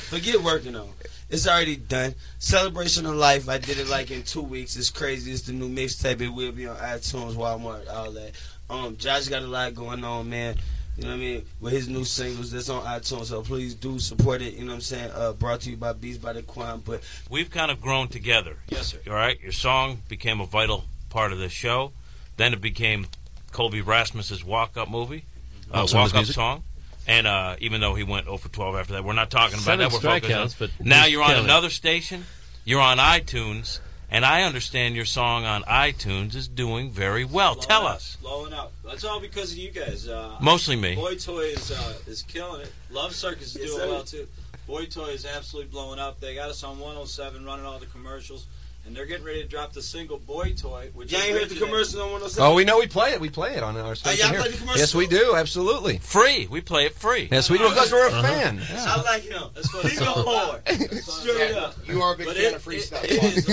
[SPEAKER 11] Forget working on. It's already done. Celebration of life. I did it like in two weeks. It's crazy. It's the new mixtape. It will be on iTunes, Walmart, all that. Um, Josh got a lot going on, man. You know what I mean? With his new singles that's on iTunes, so please do support it. You know what I'm saying? Uh, brought to you by Beats by the Quan. But
[SPEAKER 19] We've kind of grown together. Yes, sir. All right, your song became a vital part of the show. Then it became Colby Rasmus's walk-up movie, uh,
[SPEAKER 7] Also his
[SPEAKER 19] walk-up
[SPEAKER 7] music.
[SPEAKER 19] song. And uh, even though he went 0 for 12 after that, we're not talking about
[SPEAKER 7] Seven
[SPEAKER 19] that. We're focusing on-
[SPEAKER 7] strikeouts, but
[SPEAKER 19] now
[SPEAKER 7] he's
[SPEAKER 19] you're on
[SPEAKER 7] killing it.
[SPEAKER 19] another station. You're on iTunes, and I understand your song on iTunes is doing very well. Tell us.
[SPEAKER 11] Blowing up. That's all because of you guys. Uh,
[SPEAKER 19] Mostly me.
[SPEAKER 11] Boy Toy is uh, is killing it. Love Circus is doing well too. Boy Toy is absolutely blowing up. They got us on 107 running all the commercials, and they're getting ready to drop the single Boy Toy. Which Y'all is ain't heard the originated- commercials on 107?
[SPEAKER 4] Oh, we know we play it. We play it on our station
[SPEAKER 11] Uh, y'all
[SPEAKER 4] here.
[SPEAKER 11] play the commercials?
[SPEAKER 4] Yes, we do. Absolutely.
[SPEAKER 19] Free. We play it free. Uh-huh.
[SPEAKER 4] Yes, we do because we're a
[SPEAKER 9] Uh-huh.
[SPEAKER 4] fan.
[SPEAKER 11] I like him. That's what he's all about. Straight up.
[SPEAKER 24] You are a big
[SPEAKER 11] But
[SPEAKER 24] fan
[SPEAKER 11] it-
[SPEAKER 24] of
[SPEAKER 11] it-
[SPEAKER 24] freestyle.
[SPEAKER 11] it is,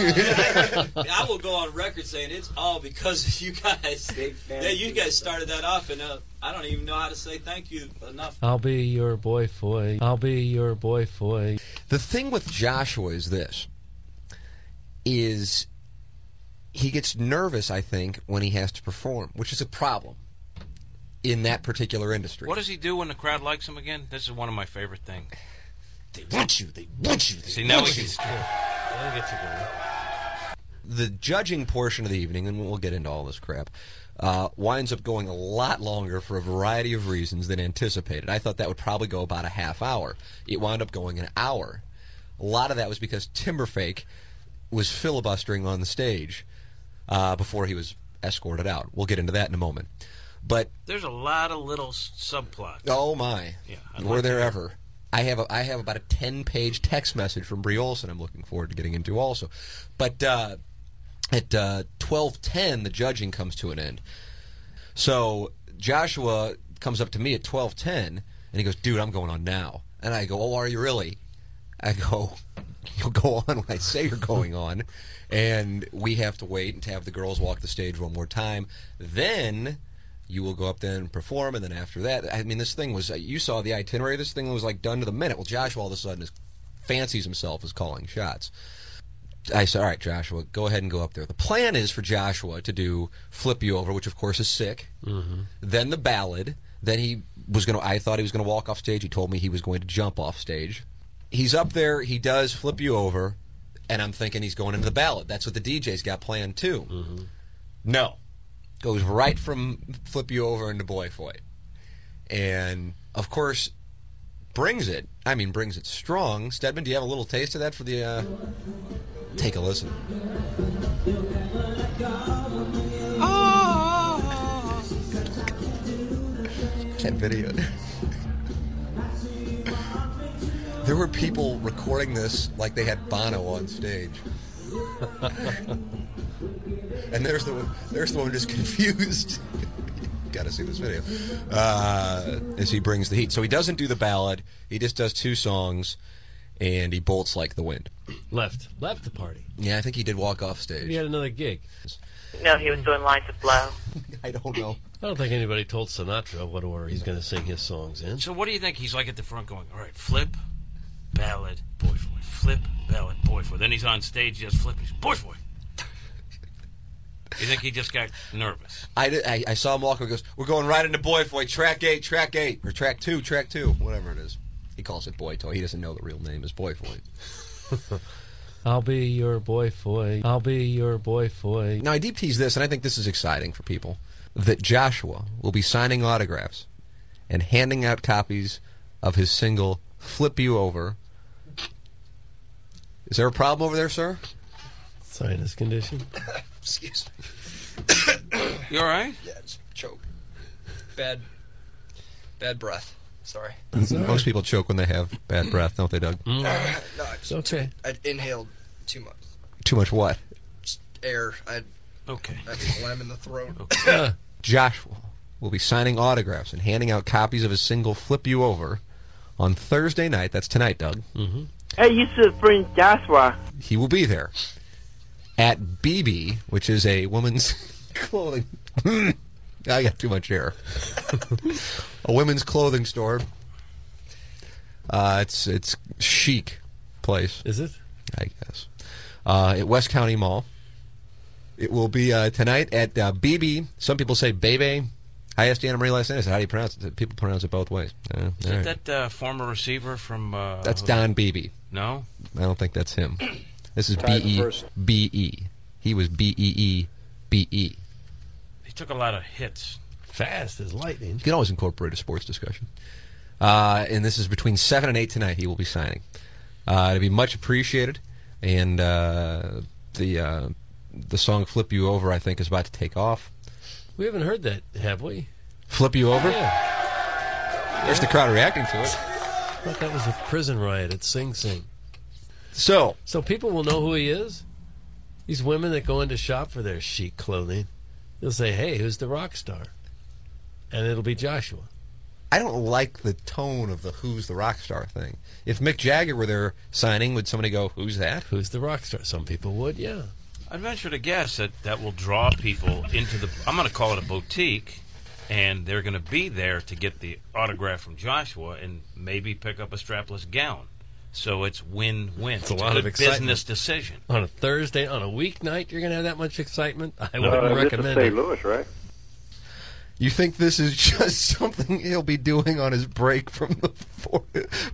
[SPEAKER 11] uh, I, I will go on record saying it's all because of you guys.
[SPEAKER 24] fan
[SPEAKER 11] Yeah,
[SPEAKER 24] of
[SPEAKER 11] you guys started that off, and uh, I don't even know how to say thank you enough.
[SPEAKER 7] I'll be your boy foy. I'll be your boy foy.
[SPEAKER 4] The thing with Joshua is this: is he gets nervous, I think, when he has to perform, which is a problem in that particular industry.
[SPEAKER 19] What does he do when the crowd likes him again? This is one of my favorite things.
[SPEAKER 4] They want you. They want you. They
[SPEAKER 19] See, now
[SPEAKER 4] want
[SPEAKER 19] we
[SPEAKER 4] you.
[SPEAKER 19] can.
[SPEAKER 4] the judging portion of the evening, and we'll get into all this crap, uh, winds up going a lot longer for a variety of reasons than anticipated. I thought that would probably go about a half hour. It wound up going an hour. A lot of that was because Timberfake was filibustering on the stage uh, before he was escorted out. We'll get into that in a moment. But
[SPEAKER 19] There's a lot of little s- subplots.
[SPEAKER 4] Oh my!
[SPEAKER 19] Yeah, I'd
[SPEAKER 4] were
[SPEAKER 19] like to
[SPEAKER 4] there
[SPEAKER 19] hear.
[SPEAKER 4] ever? I have a, I have about a ten page text message from Brie Olson. I'm looking forward to getting into also, but uh, at uh, twelve ten the judging comes to an end. So Joshua comes up to me at twelve ten and he goes, "Dude, I'm going on now." And I go, "Oh, are you really?" I go, "You'll go on when I say you're going on," and we have to wait and to have the girls walk the stage one more time. Then you will go up there and perform, and then after that, I mean, this thing was you saw the itinerary. This thing was like done to the minute. Well, Joshua all of a sudden is, fancies himself as calling shots. I said, "All right, Joshua, go ahead and go up there." The plan is for Joshua to do "Flip You Over," which of course is sick.
[SPEAKER 25] Mhm.
[SPEAKER 7] Mm-hmm.
[SPEAKER 4] Then the ballad. Then he was going to. I thought he was going to walk off stage. He told me he was going to jump off stage. He's up there. He does "Flip You Over," and I'm thinking he's going into the ballad. That's what the DJ's got planned too. No, goes right from "Flip You Over" into "Boy Foy," and of course brings it. I mean, brings it strong. Stedman, do you have a little taste of that for the? Uh... Take a listen. That video. there were people recording this like they had Bono on stage. and there's the one- there's the one just confused. Got to see this video uh, as he brings the heat. So he doesn't do the ballad. He just does two songs, and he bolts like the wind.
[SPEAKER 7] Left. Left the party.
[SPEAKER 4] Yeah, I think he did walk off stage.
[SPEAKER 7] He had another gig.
[SPEAKER 15] No, he was doing lines of blow.
[SPEAKER 4] I don't know.
[SPEAKER 7] I don't think anybody told Sinatra what order he's going to sing his songs in.
[SPEAKER 19] So what do you think he's like at the front going, all right, flip, ballad, boyfriend, flip, ballad, boyfriend. Then he's on stage just flipping, he's, boyfriend. you think he just got nervous?
[SPEAKER 4] I, did- I, I saw him walk. He goes, "We're going right into Boy Boy, track eight, track eight, or track two, track two, whatever it is." He calls it Boy Toy. He doesn't know the real name is Boy Boy.
[SPEAKER 7] I'll be your boy foy. I'll be your boy foy.
[SPEAKER 4] Now I deep tease this, and I think this is exciting for people that Joshua will be signing autographs and handing out copies of his single "Flip You Over." Is there a problem over there, sir?
[SPEAKER 7] Sinus condition.
[SPEAKER 4] Excuse me.
[SPEAKER 19] You all right?
[SPEAKER 4] Yeah, it's choke. Bad, bad breath. Sorry. Mm.
[SPEAKER 9] It's all right.
[SPEAKER 4] Most people choke when they have bad breath, don't they, Doug?
[SPEAKER 9] Mm. Uh, no, I just-
[SPEAKER 7] okay.
[SPEAKER 9] I inhaled too much
[SPEAKER 4] Too much what?
[SPEAKER 9] air. I
[SPEAKER 19] okay.
[SPEAKER 9] I had a phlegm in the throat.
[SPEAKER 4] Joshua will be signing autographs and handing out copies of his single "Flip You Over" on Thursday night. That's tonight, Doug. Mm-hmm.
[SPEAKER 15] Hey, you should bring Joshua.
[SPEAKER 4] He will be there at BB, which is a woman's clothing. I got too much air. a women's clothing store. Uh, it's it's chic place.
[SPEAKER 7] Is it?
[SPEAKER 4] I guess. Uh, at West County Mall. It will be uh, tonight at uh, BB. Some people say Bebe. I asked Anna Marie last night. I said, "How do you pronounce it?" People pronounce it both ways. Uh,
[SPEAKER 19] Is
[SPEAKER 4] all right.
[SPEAKER 19] that that uh, former receiver from? Uh,
[SPEAKER 4] That's Don Beebe.
[SPEAKER 19] No.
[SPEAKER 4] I don't think that's him. This is B
[SPEAKER 19] Try the
[SPEAKER 4] E
[SPEAKER 19] first.
[SPEAKER 4] B E. He was B E E B E.
[SPEAKER 19] He took a lot of hits.
[SPEAKER 7] Fast as lightning.
[SPEAKER 4] You can always incorporate a sports discussion. Uh, and this is between seven and eight tonight. He will be signing. Uh, it'll be much appreciated. And uh, the uh, the song "Flip You Over" I think is about to take off.
[SPEAKER 7] We haven't heard that, have we?
[SPEAKER 4] Flip you over.
[SPEAKER 7] Yeah.
[SPEAKER 4] There's the crowd reacting to it.
[SPEAKER 7] I thought that was a prison riot at Sing Sing.
[SPEAKER 4] So,
[SPEAKER 7] so people will know who he is. These women that go into shop for their chic clothing, they'll say, "Hey, who's the rock star?" And it'll be Joshua.
[SPEAKER 4] I don't like the tone of the "Who's the rock star" thing. If Mick Jagger were there signing, would somebody go, "Who's that?"
[SPEAKER 7] Who's the rock star? Some people would, yeah.
[SPEAKER 19] I'd venture to guess that that will draw people into the. I'm going to call it a boutique, and they're going to be there to get the autograph from Joshua and maybe pick up a strapless gown. So it's win-win.
[SPEAKER 7] It's a lot
[SPEAKER 19] good
[SPEAKER 7] of excitement.
[SPEAKER 19] business decision.
[SPEAKER 7] On a Thursday, on a weeknight, you're going to have that much excitement. I
[SPEAKER 19] No,
[SPEAKER 7] wouldn't
[SPEAKER 19] this is
[SPEAKER 7] recommend
[SPEAKER 19] St.
[SPEAKER 7] it.
[SPEAKER 19] Louis,
[SPEAKER 7] right?
[SPEAKER 4] You think this is just something he'll be doing on his break from the four,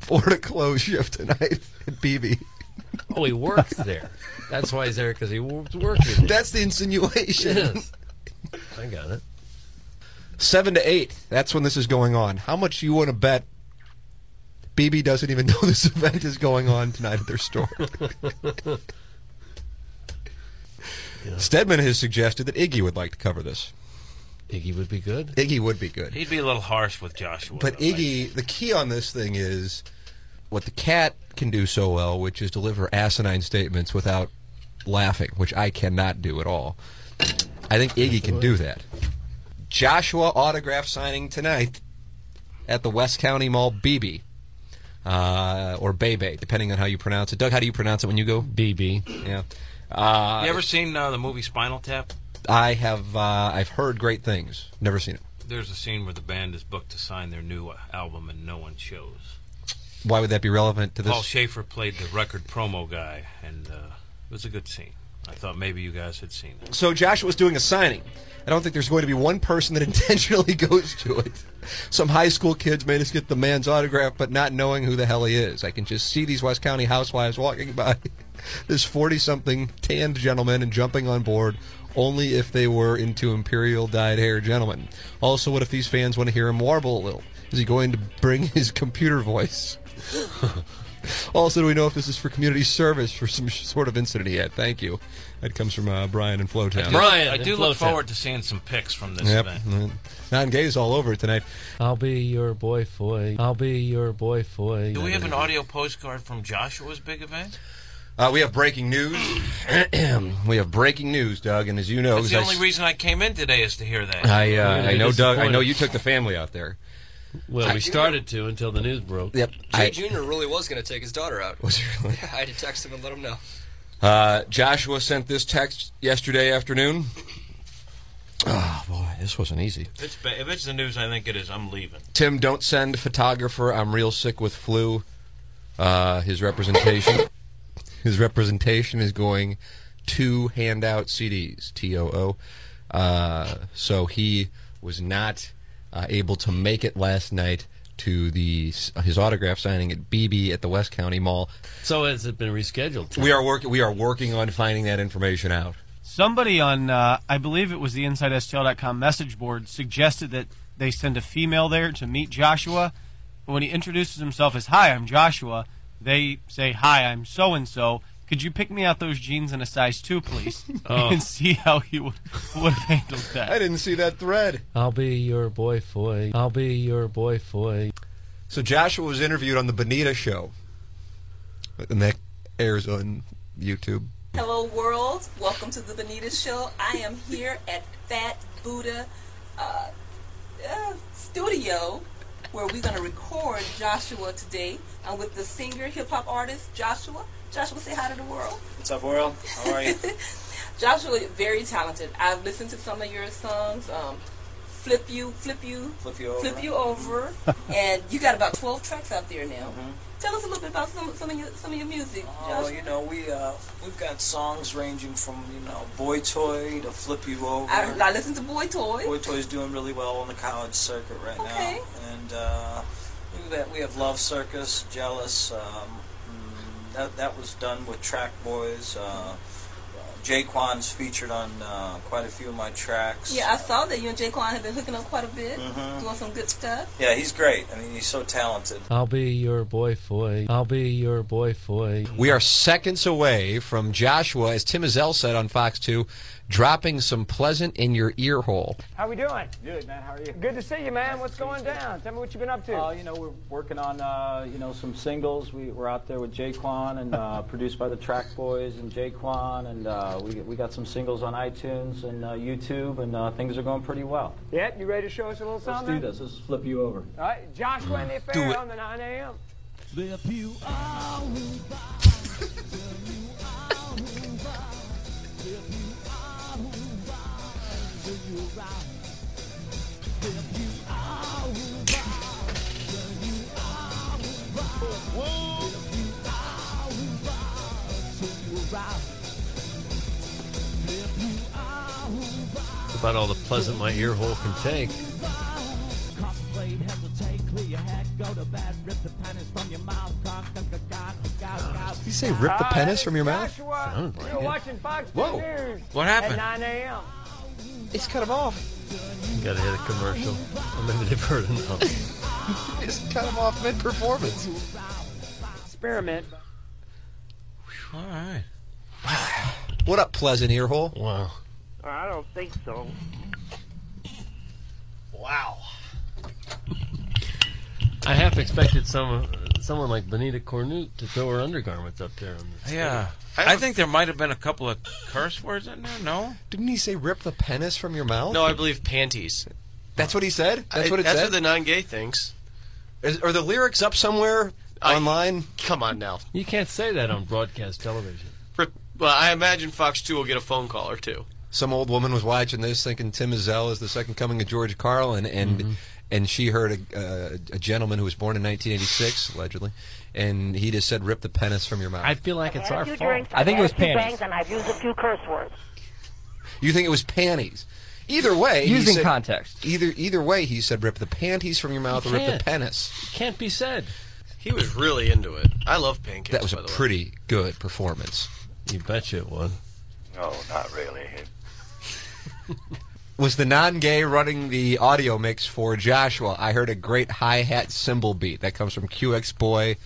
[SPEAKER 4] four to close shift tonight at BB?
[SPEAKER 7] Oh, he works there. That's why he's there because he w- works there.
[SPEAKER 4] That's the insinuation.
[SPEAKER 7] Yes. I got it.
[SPEAKER 4] Seven to eight. That's when this is going on. How much you want to bet? BB doesn't even know this event is going on tonight at their store. Stedman has suggested that Iggy would like to cover this.
[SPEAKER 7] Iggy would be good.
[SPEAKER 4] Iggy would be good.
[SPEAKER 19] He'd be a little harsh with Joshua.
[SPEAKER 4] But Iggy, the key on this thing is what the cat can do so well, which is deliver asinine statements without laughing, which I cannot do at all. I think Iggy can do that. Joshua autograph signing tonight at the West County Mall, BB. Uh, or Bebe, depending on how you pronounce it. Doug, how do you pronounce it when you go?
[SPEAKER 7] BB.
[SPEAKER 4] Yeah. Uh,
[SPEAKER 19] you ever seen uh, the movie Spinal Tap?
[SPEAKER 4] I have. Uh, I've heard great things. Never seen it.
[SPEAKER 19] There's a scene where the band is booked to sign their new uh, album and no one shows.
[SPEAKER 4] Why would that be relevant to this?
[SPEAKER 19] Paul Schaefer played the record promo guy, and uh, it was a good scene. I thought maybe you guys had seen it.
[SPEAKER 4] So Joshua's doing a signing. I don't think there's going to be one person that intentionally goes to it. Some high school kids made us get the man's autograph, but not knowing who the hell he is. I can just see these West County housewives walking by this 40 something tanned gentleman and jumping on board only if they were into imperial dyed hair gentlemen. Also, what if these fans want to hear him warble a little? Is he going to bring his computer voice? also, do we know if this is for community service for some sh- sort of incident he had? Thank you. That comes from uh, Brian in Flowtown.
[SPEAKER 19] I do look forward to seeing some pics from this
[SPEAKER 4] Yep. Mm-hmm.
[SPEAKER 19] event.
[SPEAKER 4] Non gays all over it tonight.
[SPEAKER 7] I'll be your boy boy. I'll be your boy boy.
[SPEAKER 19] Do we have an audio postcard from Joshua's big event?
[SPEAKER 4] Uh, we have breaking news. we have breaking news, Doug. And as you know,
[SPEAKER 19] That's the
[SPEAKER 4] as I
[SPEAKER 19] only reason I came in today is to hear that.
[SPEAKER 4] I, uh, I know, Doug. I know you took the family out there.
[SPEAKER 7] Well,
[SPEAKER 4] I-
[SPEAKER 7] we started to until the news broke.
[SPEAKER 4] Yep.
[SPEAKER 26] Jay
[SPEAKER 4] I-
[SPEAKER 26] Jr. really was going to take his daughter out.
[SPEAKER 4] Was he really?
[SPEAKER 26] Yeah, I had to text him and let him know.
[SPEAKER 4] Uh, Joshua sent this text yesterday afternoon. Oh boy, this wasn't easy.
[SPEAKER 19] If it's, ba- if it's the news I think it is, I'm leaving.
[SPEAKER 4] Tim, don't send photographer. I'm real sick with flu. Uh, his representation, his representation is going to hand out CDs. T O O. Uh, so he was not uh, able to make it last night to the uh, his autograph signing at BB at the West County Mall.
[SPEAKER 7] So has it been rescheduled?
[SPEAKER 4] We are working. We are working on finding that information out.
[SPEAKER 12] Somebody on, uh, I believe it was the InsideSTL.com message board, suggested that they send a female there to meet Joshua. And when he introduces himself as, Hi, I'm Joshua, they say, Hi, I'm so and so. Could you pick me out those jeans in a size two, please?
[SPEAKER 7] Oh.
[SPEAKER 12] And see how he would, would have handled that.
[SPEAKER 4] I didn't see that thread.
[SPEAKER 7] I'll be your boy boy. I'll be your boy boy.
[SPEAKER 4] So Joshua was interviewed on the Bonita Show, and that airs on YouTube.
[SPEAKER 27] Hello, world. Welcome to the Bonita Show. I am here at Fat Buddha uh, uh, Studio where we're going to record Joshua today. I'm with the singer, hip hop artist Joshua. Joshua, say hi to the world.
[SPEAKER 11] What's up, world? How are you?
[SPEAKER 27] Joshua, very talented. I've listened to some of your songs. Um, Flip you, flip you,
[SPEAKER 11] Flip You Over.
[SPEAKER 27] flip you over, and you got about twelve tracks out there now. Tell us a little bit about some, some of your some of your music.
[SPEAKER 11] Mm-hmm. Oh,
[SPEAKER 27] Joshua.
[SPEAKER 11] you know, we uh, we've got songs ranging from you know Boy Toy to Flip You Over.
[SPEAKER 27] I, I listen to Boy Toy.
[SPEAKER 11] Boy Toy's doing really well on the college circuit right
[SPEAKER 27] Okay.
[SPEAKER 11] now, and uh, we got- we have Love Circus, Jealous. Um, mm, that that was done with Track Boys. Uh, Jaquan's featured on uh, quite a few of my tracks.
[SPEAKER 27] Yeah, I saw that you and Jaquan have been hooking up quite a bit,
[SPEAKER 11] Mhm.
[SPEAKER 27] doing some good stuff.
[SPEAKER 11] Yeah, he's great. I mean, he's so talented.
[SPEAKER 7] I'll be your boy boy. I'll be your boy boy.
[SPEAKER 4] We are seconds away from Joshua, as Tim Azell said on Fox 2, dropping some pleasant in your ear hole.
[SPEAKER 9] How we doing? Good, man. How are you? Good to see you, Oh, man. What's going down? Tell me what you've been up to.
[SPEAKER 11] Uh, you know, we're working on uh, you know some singles. We we're out there with Jaquan and uh, produced by the Track Boys and Jaquan, and uh, we we got some singles on iTunes and uh, YouTube, and uh, things are going pretty well.
[SPEAKER 9] Yeah, you ready to show us a little
[SPEAKER 11] Let's
[SPEAKER 9] something?
[SPEAKER 11] do this. Let's flip you over.
[SPEAKER 9] All right, Joshua and the
[SPEAKER 11] Do
[SPEAKER 9] Affair
[SPEAKER 11] it.
[SPEAKER 9] on the 9 a.m.
[SPEAKER 11] Flip you.
[SPEAKER 7] About all the pleasant my ear hole can take.
[SPEAKER 4] Did you say rip the penis from your mouth?
[SPEAKER 9] Ah, Joshua, you're watching Fox 2
[SPEAKER 4] Whoa.
[SPEAKER 9] News.
[SPEAKER 4] What happened?
[SPEAKER 9] At 9 a.m.
[SPEAKER 4] It's cut him off.
[SPEAKER 7] Gotta hit a commercial. Or maybe they've heard enough.
[SPEAKER 4] Just cut him off mid performance.
[SPEAKER 9] Experiment.
[SPEAKER 19] All right.
[SPEAKER 4] What up, pleasant ear hole?
[SPEAKER 7] Wow.
[SPEAKER 28] Uh,
[SPEAKER 29] I don't think so.
[SPEAKER 30] Wow.
[SPEAKER 7] I half expected some someone like Benita Cornute to throw her undergarments up there. On the
[SPEAKER 19] Yeah.
[SPEAKER 7] stage.
[SPEAKER 19] I, think there might have been a couple of curse words in there. No.
[SPEAKER 4] Didn't he say rip the penis from your mouth?
[SPEAKER 30] No, I believe panties.
[SPEAKER 4] That's what he said? That's
[SPEAKER 30] I-
[SPEAKER 4] what it
[SPEAKER 30] that's
[SPEAKER 4] said?
[SPEAKER 30] what the non-gay thinks.
[SPEAKER 4] Is, are the lyrics up somewhere online?
[SPEAKER 30] Come on now.
[SPEAKER 7] You can't say that on broadcast television.
[SPEAKER 30] Rip- Well, I imagine Fox Two will get a phone call or two.
[SPEAKER 4] some old woman was watching this thinking Tim Azell is the second coming of George Carlin, and and she heard a, uh, a gentleman who was born in 1986 allegedly, and he just said, "Rip the penis from your mouth."
[SPEAKER 7] I feel like it's
[SPEAKER 28] had
[SPEAKER 7] our
[SPEAKER 28] a few
[SPEAKER 7] fault.
[SPEAKER 28] drinks, I've had a few bangs, and I've used a few curse words.
[SPEAKER 4] you think it was panties? Either way, he
[SPEAKER 28] Using
[SPEAKER 4] said-
[SPEAKER 28] context.
[SPEAKER 4] Either either way, he said, "Rip the panties from your mouth," or "Rip the
[SPEAKER 30] can't.
[SPEAKER 4] penis."
[SPEAKER 7] Can't be said.
[SPEAKER 30] He was really into it. I love pancakes.
[SPEAKER 4] That was
[SPEAKER 30] by
[SPEAKER 4] a
[SPEAKER 30] the way.
[SPEAKER 4] pretty good performance.
[SPEAKER 7] You betcha it was.
[SPEAKER 30] No, not really.
[SPEAKER 4] was the non-gay running the audio mix for Joshua. I heard a great hi-hat cymbal beat that comes from QX Boy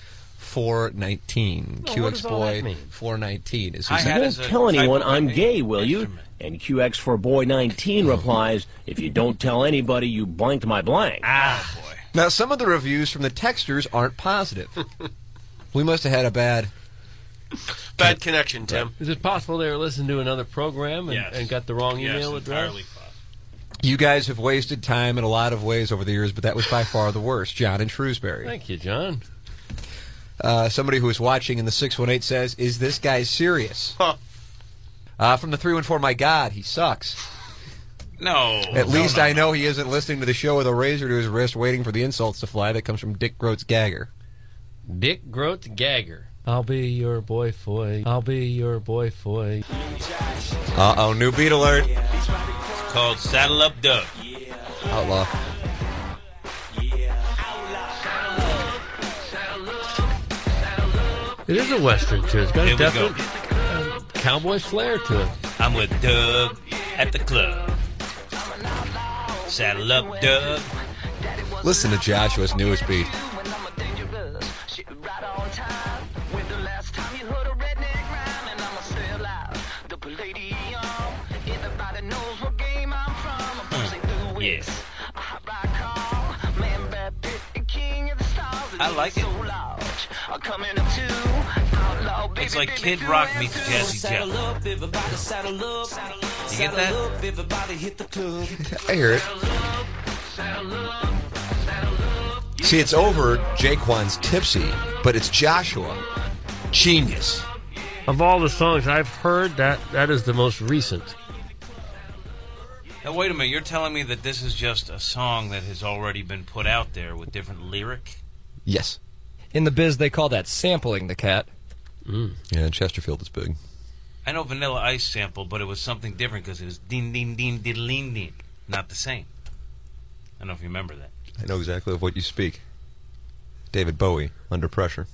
[SPEAKER 4] 419.
[SPEAKER 31] No, what
[SPEAKER 4] QX
[SPEAKER 31] does all that
[SPEAKER 4] Boy
[SPEAKER 31] mean?
[SPEAKER 4] 419 is
[SPEAKER 31] I won't tell anyone I'm gay, will you? And QX for boy 19 replies, "If you don't tell anybody, you blanked my blank."
[SPEAKER 4] Ah, boy. Now some of the reviews from the texters aren't positive. we must have had a bad
[SPEAKER 32] Bad connection, Tim.
[SPEAKER 7] Is it possible they were listening to another program and,
[SPEAKER 32] Yes.
[SPEAKER 7] and got the wrong
[SPEAKER 32] Yes,
[SPEAKER 7] email address?
[SPEAKER 32] entirely
[SPEAKER 4] You guys have wasted time in a lot of ways over the years, but that was by far the worst. John in Shrewsbury.
[SPEAKER 7] Thank you, John.
[SPEAKER 4] Uh, somebody who is watching in the 618 says, Is this guy serious? Uh, from the 314, my God, he sucks.
[SPEAKER 19] No.
[SPEAKER 4] At
[SPEAKER 19] Oh, no,
[SPEAKER 4] least
[SPEAKER 19] no,
[SPEAKER 4] I know he isn't listening to the show with a razor to his wrist waiting for the insults to fly. That comes from Dick Groats Gagger.
[SPEAKER 7] Dick Groat Gagger. I'll be your boy foy. I'll be your boy foy.
[SPEAKER 4] Uh oh, new beat alert.
[SPEAKER 19] It's called Saddle Up Doug.
[SPEAKER 4] Outlaw.
[SPEAKER 7] It is a western too. It's got a
[SPEAKER 19] Here we go.
[SPEAKER 7] definite uh, cowboy flair to it.
[SPEAKER 19] I'm with Doug at the club. Saddle up, Doug.
[SPEAKER 4] Listen to Joshua's newest beat.
[SPEAKER 19] Yes. I like it. It's like Kid Rock meets Jazzy Jeff. You get that?
[SPEAKER 4] I hear it. See, it's over Jaquan's Tipsy, but it's Joshua. Genius.
[SPEAKER 7] Of all the songs I've heard, that that is the most recent.
[SPEAKER 19] Now wait a minute. You're telling me that this is just a song that has already been put out there with different lyric?
[SPEAKER 4] Yes.
[SPEAKER 33] In the biz, they call that sampling the cat.
[SPEAKER 4] Yeah, Chesterfield is big.
[SPEAKER 19] I know Vanilla Ice sample, but it was something different because it was ding ding ding diddling ding. Not the same. I don't know if you remember that.
[SPEAKER 4] I know exactly of what you speak. David Bowie, under pressure.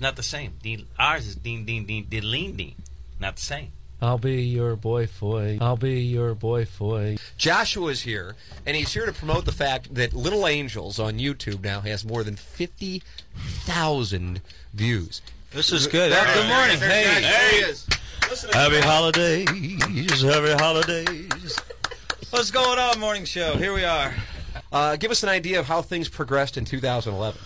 [SPEAKER 19] Not the same. Ding- Ours is ding ding ding diddling ding. Not the same.
[SPEAKER 7] I'll be your boy foy. I'll be your boy foy.
[SPEAKER 4] Joshua is here, and he's here to promote the fact that Little Angels on YouTube now has more than 50,000 views.
[SPEAKER 11] This is good.
[SPEAKER 4] Good
[SPEAKER 11] All right.
[SPEAKER 4] morning.
[SPEAKER 11] Hey.
[SPEAKER 4] Hey.
[SPEAKER 11] There he is. Happy holidays. Happy holidays. What's going on, morning show? Here we are.
[SPEAKER 4] Uh, give us an idea of how things progressed in 2011.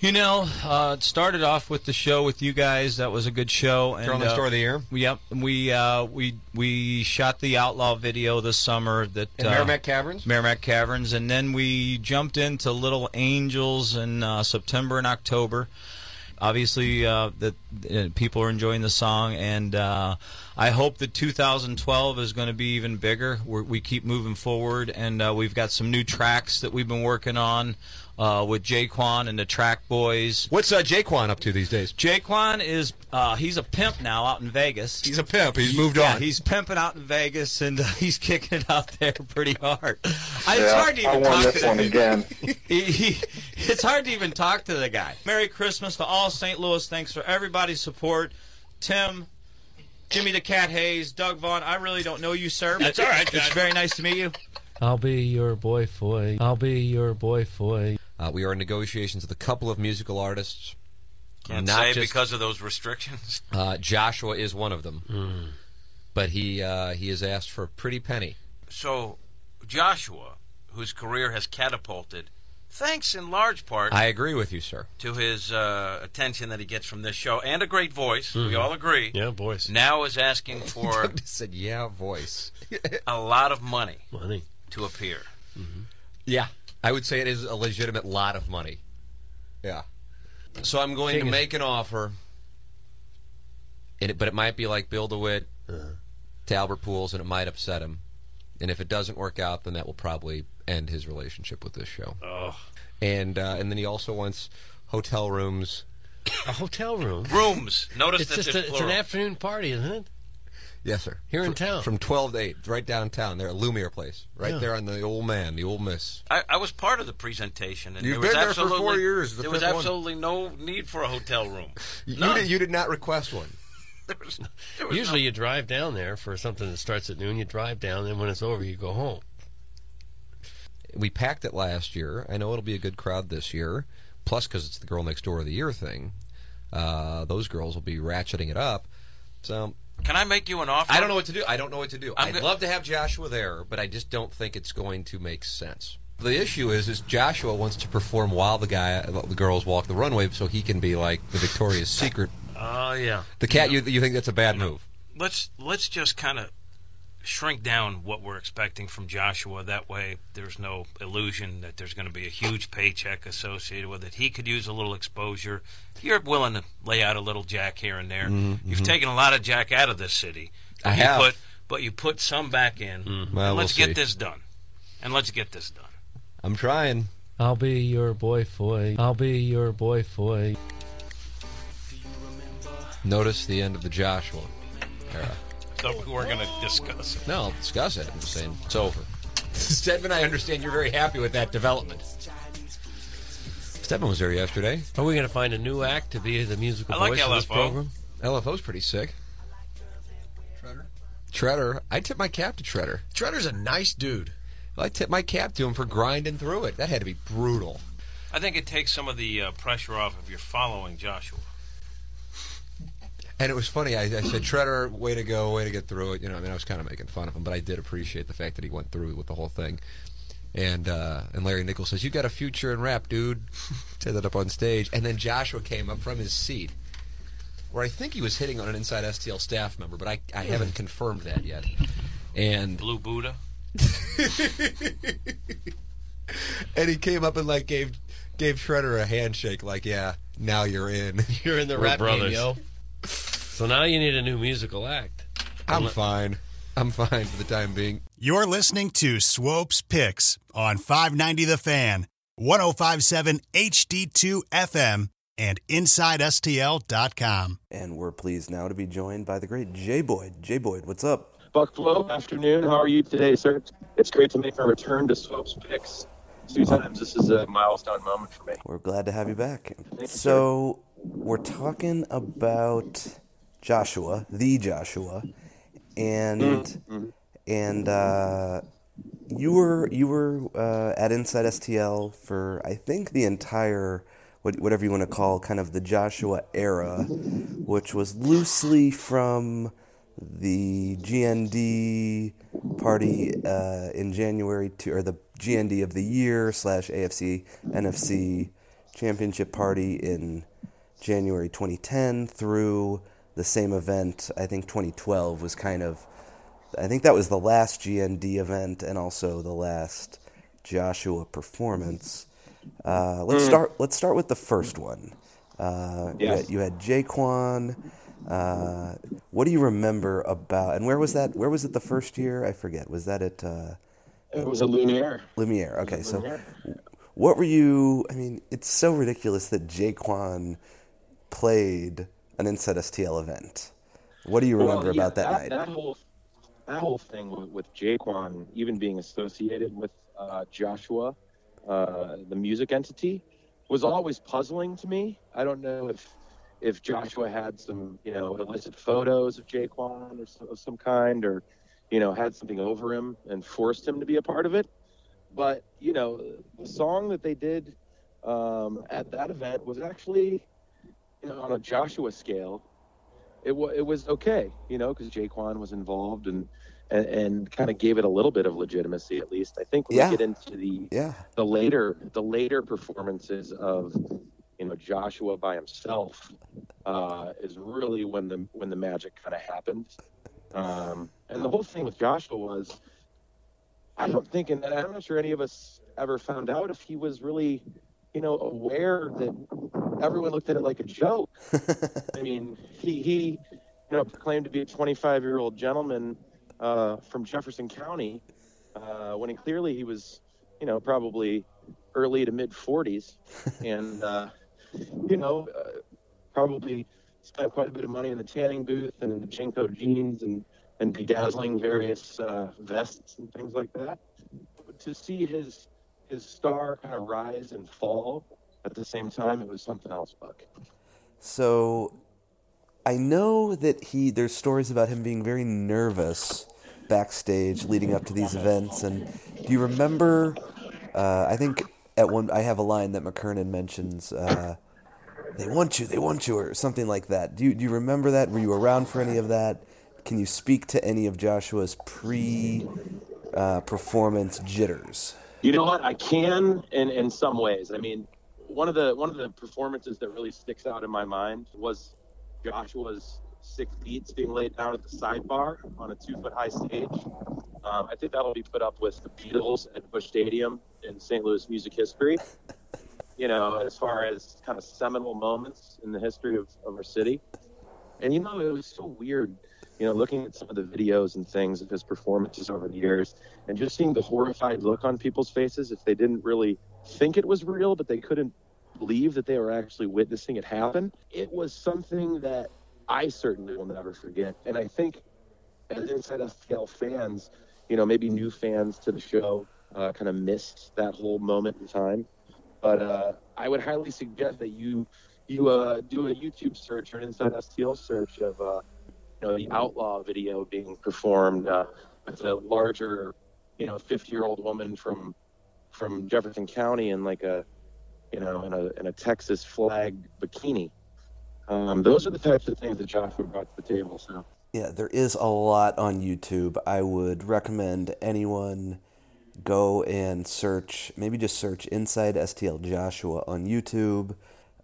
[SPEAKER 11] You know, uh, it started off with the show with you guys. That was a good show. And,
[SPEAKER 4] Girl Next
[SPEAKER 11] uh,
[SPEAKER 4] Door of the year?
[SPEAKER 11] Yep. We uh, we we shot the Outlaw video this summer. That
[SPEAKER 4] In
[SPEAKER 11] uh,
[SPEAKER 4] Merrimack Caverns?
[SPEAKER 11] Merrimack Caverns, and then we jumped into Little Angels in uh, September and October. Obviously, uh, that uh, people are enjoying the song, and uh, I hope that 2012 is going to be even bigger. We're, we keep moving forward, and uh, we've got some new tracks that we've been working on uh, with Jaquan and the Track Boys.
[SPEAKER 4] What's uh, Jaquan up to these days?
[SPEAKER 11] Jaquan is uh, he's a pimp now out in Vegas. He's
[SPEAKER 4] a pimp. He's moved on.
[SPEAKER 11] He's pimping out in Vegas, and uh, he's kicking it out there pretty hard. I, it's
[SPEAKER 9] Yeah,
[SPEAKER 11] hard to
[SPEAKER 9] I
[SPEAKER 11] even
[SPEAKER 9] won
[SPEAKER 11] talk
[SPEAKER 9] this
[SPEAKER 11] to the
[SPEAKER 9] one
[SPEAKER 11] dude.
[SPEAKER 9] again.
[SPEAKER 11] he, he, it's hard to even talk to the guy. Merry Christmas to all St. Louis. Thanks for everybody's support. Tim, Jimmy the Cat Hayes, Doug Vaughn. I really don't know you, sir. But
[SPEAKER 7] That's all right,
[SPEAKER 11] It's
[SPEAKER 7] John.
[SPEAKER 11] very nice to meet you.
[SPEAKER 7] I'll be your boy foy. I'll be your boy foy.
[SPEAKER 4] Uh, we are in negotiations with a couple of musical artists.
[SPEAKER 19] Can't
[SPEAKER 4] Not
[SPEAKER 19] say
[SPEAKER 4] just-
[SPEAKER 19] because of those restrictions. Hmm.
[SPEAKER 4] Uh, Joshua is one of them, but he uh, he has asked for a pretty penny.
[SPEAKER 19] So, Joshua, whose career has catapulted, thanks in large part
[SPEAKER 4] I agree with you, sir.
[SPEAKER 19] to his uh, attention that he gets from this show and a great voice. We
[SPEAKER 4] Mhm.
[SPEAKER 19] all agree.
[SPEAKER 7] Hmm. Yeah, voice.
[SPEAKER 19] Now is asking for
[SPEAKER 4] Doug just said, "Yeah, voice."
[SPEAKER 19] a lot of money
[SPEAKER 7] Money.
[SPEAKER 19] to appear.
[SPEAKER 7] Mm-hmm.
[SPEAKER 4] Yeah, I would say it is a legitimate lot of money. Yeah. So I'm going
[SPEAKER 19] Thing
[SPEAKER 4] to
[SPEAKER 19] is-
[SPEAKER 4] make an offer, and it, but it might be like Bill DeWitt
[SPEAKER 7] Uh-huh.
[SPEAKER 4] to Albert Pools, and it might upset him. And if it doesn't work out, then that will probably end his relationship with this show.
[SPEAKER 19] Oh.
[SPEAKER 4] And uh, and then he also wants hotel rooms.
[SPEAKER 7] A hotel room.
[SPEAKER 19] Rooms. Notice
[SPEAKER 7] it's
[SPEAKER 19] that
[SPEAKER 7] just
[SPEAKER 19] there's
[SPEAKER 7] a, it's an
[SPEAKER 19] plural.
[SPEAKER 7] afternoon party, isn't it?
[SPEAKER 4] Yes, sir.
[SPEAKER 7] Here in
[SPEAKER 4] Fr-
[SPEAKER 7] town.
[SPEAKER 4] from twelve to eight, right downtown. There, at Lumiere Place, right
[SPEAKER 19] Yeah.
[SPEAKER 4] there on the old man, the old miss.
[SPEAKER 19] I, I was part of the presentation, and
[SPEAKER 4] You've
[SPEAKER 19] there was
[SPEAKER 4] been there for
[SPEAKER 19] absolutely
[SPEAKER 4] four years, the
[SPEAKER 19] there was
[SPEAKER 4] fifth one.
[SPEAKER 19] absolutely no need for a hotel room.
[SPEAKER 4] You,
[SPEAKER 19] None.
[SPEAKER 4] did, you did not request one.
[SPEAKER 19] There was
[SPEAKER 7] Usually you drive down there for something that starts at noon. You drive down, and when it's over, you go home.
[SPEAKER 4] We packed it last year. I know it'll be a good crowd this year. Plus, because it's the girl next door of the year thing, uh, those girls will be ratcheting it up. So
[SPEAKER 15] Can I make you an offer?
[SPEAKER 4] I don't know what to do. I don't know what to do.
[SPEAKER 15] I'm
[SPEAKER 4] I'd
[SPEAKER 15] go-
[SPEAKER 4] love to have Joshua there, but I just don't think it's going to make sense. The issue is, is Joshua wants to perform while the guy, the girls walk the runway, so he can be like the Victoria's Secret.
[SPEAKER 15] Oh yeah.
[SPEAKER 4] The cat. You you think that's a bad move?
[SPEAKER 15] let's let's just kind of shrink down what we're expecting from Joshua. That way, there's no illusion that there's going to be a huge paycheck associated with it. He could use a little exposure. You're willing to lay out a little jack here and there.
[SPEAKER 4] Mhm,
[SPEAKER 15] You've
[SPEAKER 4] mhm.
[SPEAKER 15] taken a lot of jack out of this city.
[SPEAKER 4] I
[SPEAKER 15] You
[SPEAKER 4] have.
[SPEAKER 15] put- but you put some back in.
[SPEAKER 5] Mm-hmm.
[SPEAKER 15] And
[SPEAKER 4] Well,
[SPEAKER 15] let's
[SPEAKER 4] we'll
[SPEAKER 15] get
[SPEAKER 4] see.
[SPEAKER 15] this done. And let's get this done.
[SPEAKER 4] I'm trying.
[SPEAKER 7] I'll be your boy foy. I'll be your boy foy.
[SPEAKER 4] Notice the end of the Joshua era.
[SPEAKER 15] So we're going to discuss it.
[SPEAKER 4] No, I'll discuss it. I'm just saying it's over. Stedman, I understand you're very happy with that development. Stedman was there yesterday.
[SPEAKER 7] Are we going to find a new act to be the musical
[SPEAKER 4] I like
[SPEAKER 7] voice of this
[SPEAKER 4] LFO.
[SPEAKER 7] program?
[SPEAKER 4] LFO's pretty sick. Treader, I tip my cap to Treader.
[SPEAKER 11] Treader's a nice dude.
[SPEAKER 4] I tip my cap to him for grinding through it. That had to be brutal.
[SPEAKER 15] I think it takes some of the uh, pressure off if you're following Joshua.
[SPEAKER 4] And it was funny. I, I said, Treader, way to go, way to get through it. You know, I mean, I was kind of making fun of him, but I did appreciate the fact that he went through with the whole thing. And uh, and Larry Nichols says, "You got a future in rap, dude." Said that up on stage, and then Joshua came up from his seat, where I think he was hitting on an inside STL staff member, but I, I
[SPEAKER 7] Hmm.
[SPEAKER 4] haven't confirmed that yet. And
[SPEAKER 15] Blue Buddha.
[SPEAKER 4] and he came up and like gave gave Shredder a handshake, like, "Yeah, now you're in.
[SPEAKER 7] You're in the
[SPEAKER 4] We're
[SPEAKER 7] rap game, yo. So now you need a new musical act.
[SPEAKER 4] I'm fine. I'm fine for the time being.
[SPEAKER 34] You're listening to Swope's Picks on 590 The Fan, 1057 HD2 FM, and InsideSTL.com.
[SPEAKER 35] And we're pleased now to be joined by the great J Boyd. J Boyd, what's up?
[SPEAKER 24] Buck Flow, afternoon. How are you today, sir? It's great to make my return to Swope's Picks two times. This is a milestone moment for me.
[SPEAKER 35] We're glad to have you back. So, we're talking about Joshua, the Joshua, and and uh, you were you were uh, at Inside STL for I think the entire what, whatever you want to call kind of the Joshua era, which was loosely from the GND party uh, in January to or the GND of the year slash AFC NFC championship party in January 2010 through the same event. I think 2012 was kind of, I think that was the last GND event and also the last Joshua performance. Uh, let's
[SPEAKER 24] Mm.
[SPEAKER 35] start. Let's start with the first one. Uh, you
[SPEAKER 24] Yes.
[SPEAKER 35] had- You had Jaquan. Uh, what do you remember about? And where was that? Where was it the first year? I forget. Was that at? Uh,
[SPEAKER 24] It was a Lumiere.
[SPEAKER 35] Lumiere. Okay, so
[SPEAKER 24] Lumiere.
[SPEAKER 35] what were you? I mean, it's so ridiculous that Jaquan played an Inside STL event. What do you remember
[SPEAKER 24] Well, yeah,
[SPEAKER 35] about that, night?
[SPEAKER 24] That whole, that whole thing with, with Jaquan, even being associated with uh, Joshua, uh, the music entity, was always puzzling to me. I don't know if if Joshua had some, you know, illicit photos of Jaquan or so, of some kind, or you know, had something over him and forced him to be a part of it. But you know, the song that they did um, at that event was actually, you know, on a Joshua scale, it, wa it was okay, you know, because Jaquan was involved and and, and kind of gave it a little bit of legitimacy at least. I think when
[SPEAKER 35] Yeah.
[SPEAKER 24] we get into the
[SPEAKER 35] yeah.
[SPEAKER 24] the later the later performances of you know Joshua by himself uh, is really when the when the magic kind of happened. Um, and the whole thing with Joshua was, I don't think, and I'm not sure any of us ever found out if he was really, you know, aware that everyone looked at it like a joke. I mean, he he, you know, claimed to be a 25 year old gentleman uh, from Jefferson County, uh, when he clearly he was, you know, probably early to mid 40s, and uh, you know, uh, probably spent quite a bit of money in the tanning booth and in the Jinko jeans and and bedazzling various uh, vests and things like that. But to see his his star kind of rise and fall at the same time, it was something else, Buck.
[SPEAKER 35] So I know that he there's stories about him being very nervous backstage leading up to these events and do you remember Uh, I think at one I have a line that McKernan mentions. Uh, they want you, they want you, or something like that. Do you, do you remember that? Were you around for any of that? Can you speak to any of Joshua's pre uh, performance jitters?
[SPEAKER 24] You know what? I can in in some ways. I mean, one of the one of the performances that really sticks out in my mind was Joshua's six beats being laid down at the sidebar on a two foot high stage. Um, I think that will be put up with the Beatles at Bush Stadium in St. Louis music history. You know, as far as kind of seminal moments in the history of, of our city. And you know, it was so weird, you know, looking at some of the videos and things of his performances over the years and just seeing the horrified look on people's faces if they didn't really think it was real, but they couldn't believe that they were actually witnessing it happen. It was something that I certainly will never forget. And I think as Inside STL fans, you know, maybe new fans to the show uh, kind of missed that whole moment in time. But uh, I would highly suggest that you you uh, do a YouTube search or an Inside STL search of uh, you know the Outlaw video being performed uh, with a larger, you know, 50 year old woman from from Jefferson County in like a you know in a in a Texas flag bikini. Um, those are the types of things that Joshua brought to the table. So
[SPEAKER 35] Yeah, there is a lot on YouTube. I would recommend anyone go and search, maybe just search Inside STL Joshua on YouTube.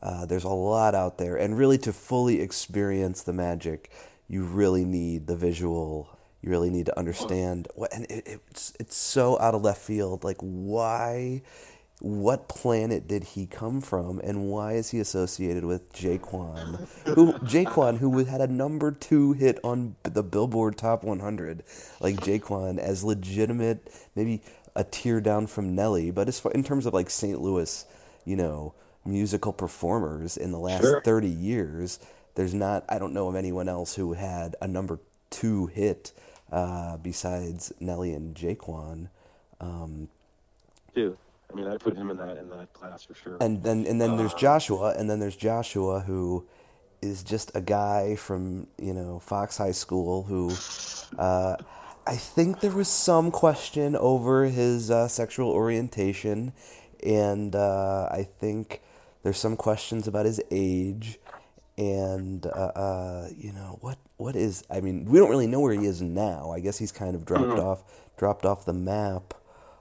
[SPEAKER 35] Uh, there's a lot out there. And really, to fully experience the magic, you really need the visual. You really need to understand what, and it, it's it's so out of left field. Like, why, what planet did he come from, and why is he associated with Jaquan, who Jaquan, who had a number two hit on the Billboard Top 100, like Jaquan as legitimate, maybe a tear down from Nelly, but as far, in terms of like St. Louis, you know, musical performers in the last
[SPEAKER 24] Sure.
[SPEAKER 35] 30 years, there's not, I don't know of anyone else who had a number two hit uh, besides Nelly and Jaquan. Um,
[SPEAKER 24] too. I mean, I put him in that in that class for sure.
[SPEAKER 35] and then and then there's
[SPEAKER 24] Uh,
[SPEAKER 35] Joshua, and then there's Joshua who is just a guy from you know Fox High School who, uh, I think there was some question over his uh, sexual orientation, and uh, I think there's some questions about his age, and uh, uh, you know what what is I mean we don't really know where he is now. I guess he's kind of dropped
[SPEAKER 24] Mhm.
[SPEAKER 35] off dropped off the map.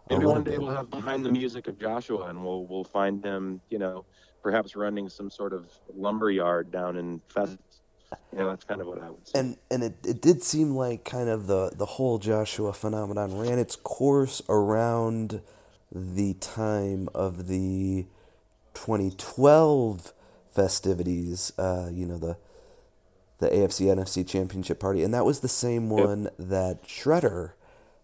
[SPEAKER 35] a
[SPEAKER 24] Maybe
[SPEAKER 35] little
[SPEAKER 24] one day
[SPEAKER 35] bit.
[SPEAKER 24] we'll have behind the music of Joshua, and we'll we'll find him. You know, perhaps running some sort of lumber yard down in Fest. You know, that's kind of what I would.
[SPEAKER 35] and and it, it did seem like kind of the the whole Joshua phenomenon ran its course around the time of the 2012 festivities uh you know the the AFC NFC championship party and that was the same one that Shredder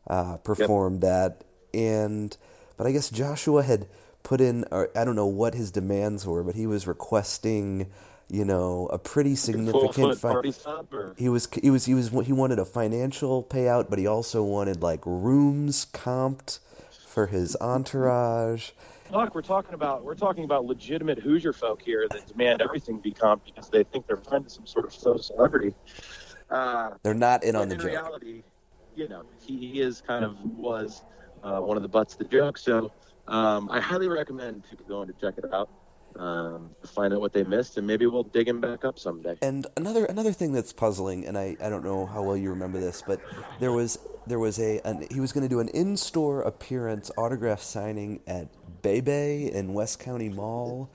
[SPEAKER 35] uh performed at and but I guess Joshua had put in or I don't know what his demands were but he was requesting you know a pretty significant
[SPEAKER 24] foot
[SPEAKER 35] fi-
[SPEAKER 24] party sub or-
[SPEAKER 35] he was he was he was he wanted a financial payout, but he also wanted like rooms comped for his entourage.
[SPEAKER 24] Look, we're talking about we're talking about legitimate Hoosier folk here that demand everything be comp because they think they're friends to some sort of so celebrity. Uh,
[SPEAKER 35] They're not in on
[SPEAKER 24] when
[SPEAKER 35] the
[SPEAKER 24] in
[SPEAKER 35] joke.
[SPEAKER 24] reality, you know, he, he is kind of was uh, one of the butts of the joke. So um, I highly recommend people going to check it out, um, to find out what they missed, and maybe we'll dig him back up someday.
[SPEAKER 35] And another another thing that's puzzling, and I, I don't know how well you remember this, but there was there was a an, he was going to do an in store appearance autograph signing at Bebe in West County Mall.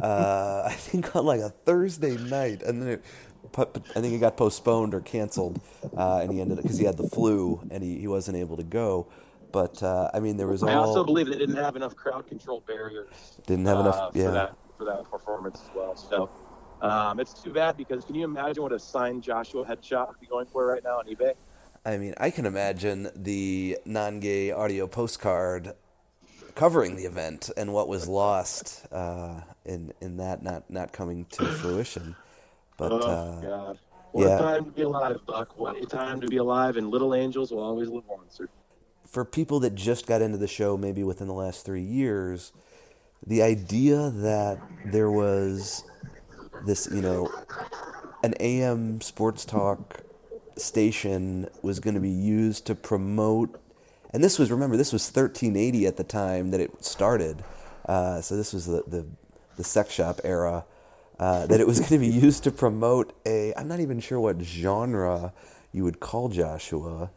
[SPEAKER 35] Uh, I think on like a Thursday night, and then it, pu- I think it got postponed or canceled, uh, and he ended up because he had the flu and he, he wasn't able to go. But uh, I mean, there was all
[SPEAKER 24] I also believe they didn't have enough crowd control barriers.
[SPEAKER 35] Didn't have enough-
[SPEAKER 24] uh,
[SPEAKER 35] yeah.
[SPEAKER 24] for that for that performance as well. So um, it's too bad because can you imagine what a signed Joshua headshot would be going for right now on eBay?
[SPEAKER 35] I mean, I can imagine the non gay audio postcard covering the event and what was lost uh, in in that not, not coming to fruition. But
[SPEAKER 24] oh,
[SPEAKER 35] uh,
[SPEAKER 24] God. What
[SPEAKER 35] yeah.
[SPEAKER 24] a time to be alive, Buck. What a time to be alive, and little angels will always live on, sir.
[SPEAKER 35] for people that just got into the show maybe within the last three years, the idea that there was this, you know, an AM sports talk station was going to be used to promote And this was remember this was 1380 at the time that it started, uh, so this was the the, the sex shop era. Uh, that it was going to be used to promote a I'm not even sure what genre you would call Joshua,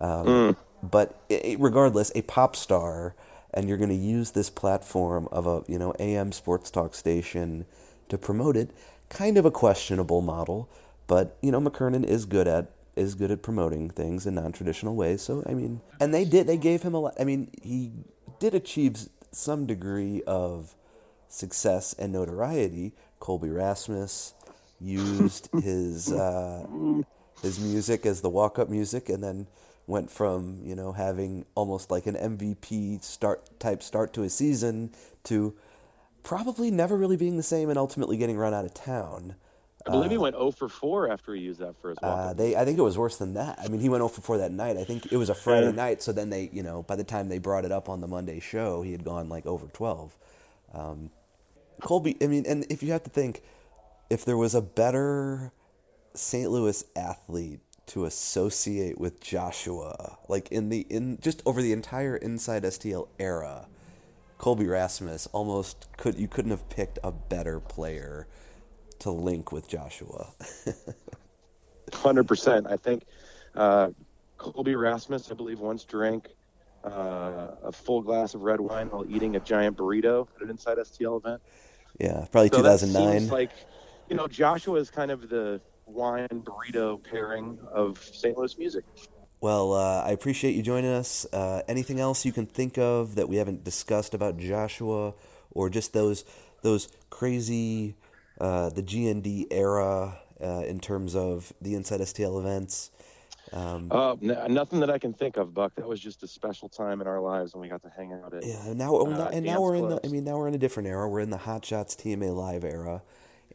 [SPEAKER 35] um,
[SPEAKER 24] Mm.
[SPEAKER 35] but i i- regardless, a pop star, and you're going to use this platform of a you know AM sports talk station to promote it. Kind of a questionable model, but you know McKernan is good at is good at promoting things in non-traditional ways. So I mean, and they did they gave him a lot. I mean, he did achieve s- some degree of success and notoriety. Colby Rasmus used his uh, his music as the walk up music, and then went from you know having almost like an MVP start type start to a season to probably never really being the same, and ultimately getting run out of town.
[SPEAKER 24] I believe
[SPEAKER 35] Uh,
[SPEAKER 24] he went 0 for 4 after he used that for his walk.
[SPEAKER 35] uh, they, I think it was worse than that. I mean, he went 0 for 4 that night. I think it was a Friday
[SPEAKER 24] Yeah.
[SPEAKER 35] night, so then they, you know, by the time they brought it up on the Monday show, he had gone like over 12. Um, Colby, I mean, and if you have to think, if there was a better St. Louis athlete to associate with Joshua, like in the in just over the entire Inside STL era, Colby Rasmus almost could you couldn't have picked a better player to link with Joshua.
[SPEAKER 24] 100%. I think uh, Colby Rasmus, I believe, once drank uh, a full glass of red wine while eating a giant burrito at an Inside STL event.
[SPEAKER 35] Yeah, probably
[SPEAKER 24] So that
[SPEAKER 35] 2009.
[SPEAKER 24] seems like, you know, Joshua is kind of the wine burrito pairing of St. Louis music.
[SPEAKER 35] Well, uh, I appreciate you joining us. Uh, anything else you can think of that we haven't discussed about Joshua, or just those those crazy uh, the GND era uh, in terms of the Inside STL events? Um,
[SPEAKER 24] Uh, n- nothing that I can think of, Buck. That was just a special time in our lives when we got to hang out at.
[SPEAKER 35] yeah, and now, oh, now-
[SPEAKER 24] uh,
[SPEAKER 35] and now
[SPEAKER 24] dance
[SPEAKER 35] we're in the.
[SPEAKER 24] clubs.
[SPEAKER 35] I mean, now we're in a different era. We're in the Hot Shots TMA Live era,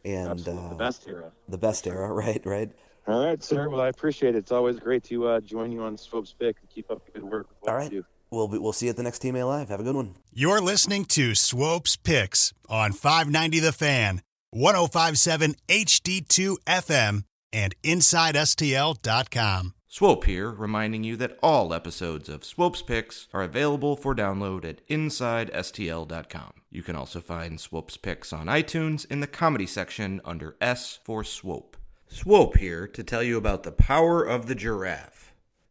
[SPEAKER 35] and uh,
[SPEAKER 24] the best era.
[SPEAKER 35] The best era, right? Right.
[SPEAKER 24] All right, sir. Well, I appreciate it. It's always great to uh, join you on Swope's Pick and keep up the good work. All right.
[SPEAKER 35] We'll be, we'll see you at the next TMA Live. Have a good one.
[SPEAKER 34] You're listening to Swope's Picks on 590 The Fan, 1057 HD2 FM, and InsideSTL.com.
[SPEAKER 5] Swope here, reminding you that all episodes of Swope's Picks are available for download at InsideSTL.com. You can also find Swope's Picks on iTunes in the comedy section under S for Swope. Swope here to tell you about the power of the giraffe.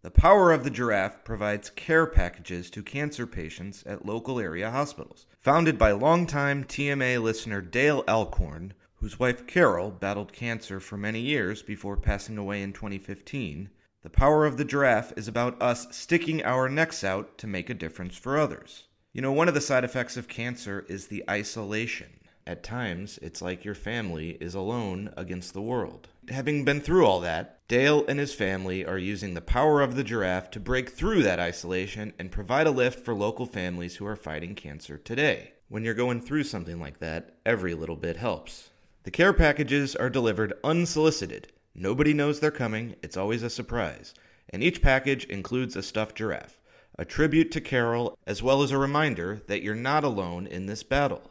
[SPEAKER 5] The Power of the Giraffe provides care packages to cancer patients at local area hospitals. Founded by longtime TMA listener Dale Alcorn, whose wife Carol battled cancer for many years before passing away in 2015, The Power of the Giraffe is about us sticking our necks out to make a difference for others. You know, one of the side effects of cancer is the isolation. At times, it's like your family is alone against the world. Having been through all that, Dale and his family are using the power of the giraffe to break through that isolation and provide a lift for local families who are fighting cancer today. When you're going through something like that, every little bit helps. The care packages are delivered unsolicited. Nobody knows they're coming, it's always a surprise. And each package includes a stuffed giraffe, a tribute to Carol, as well as a reminder that you're not alone in this battle.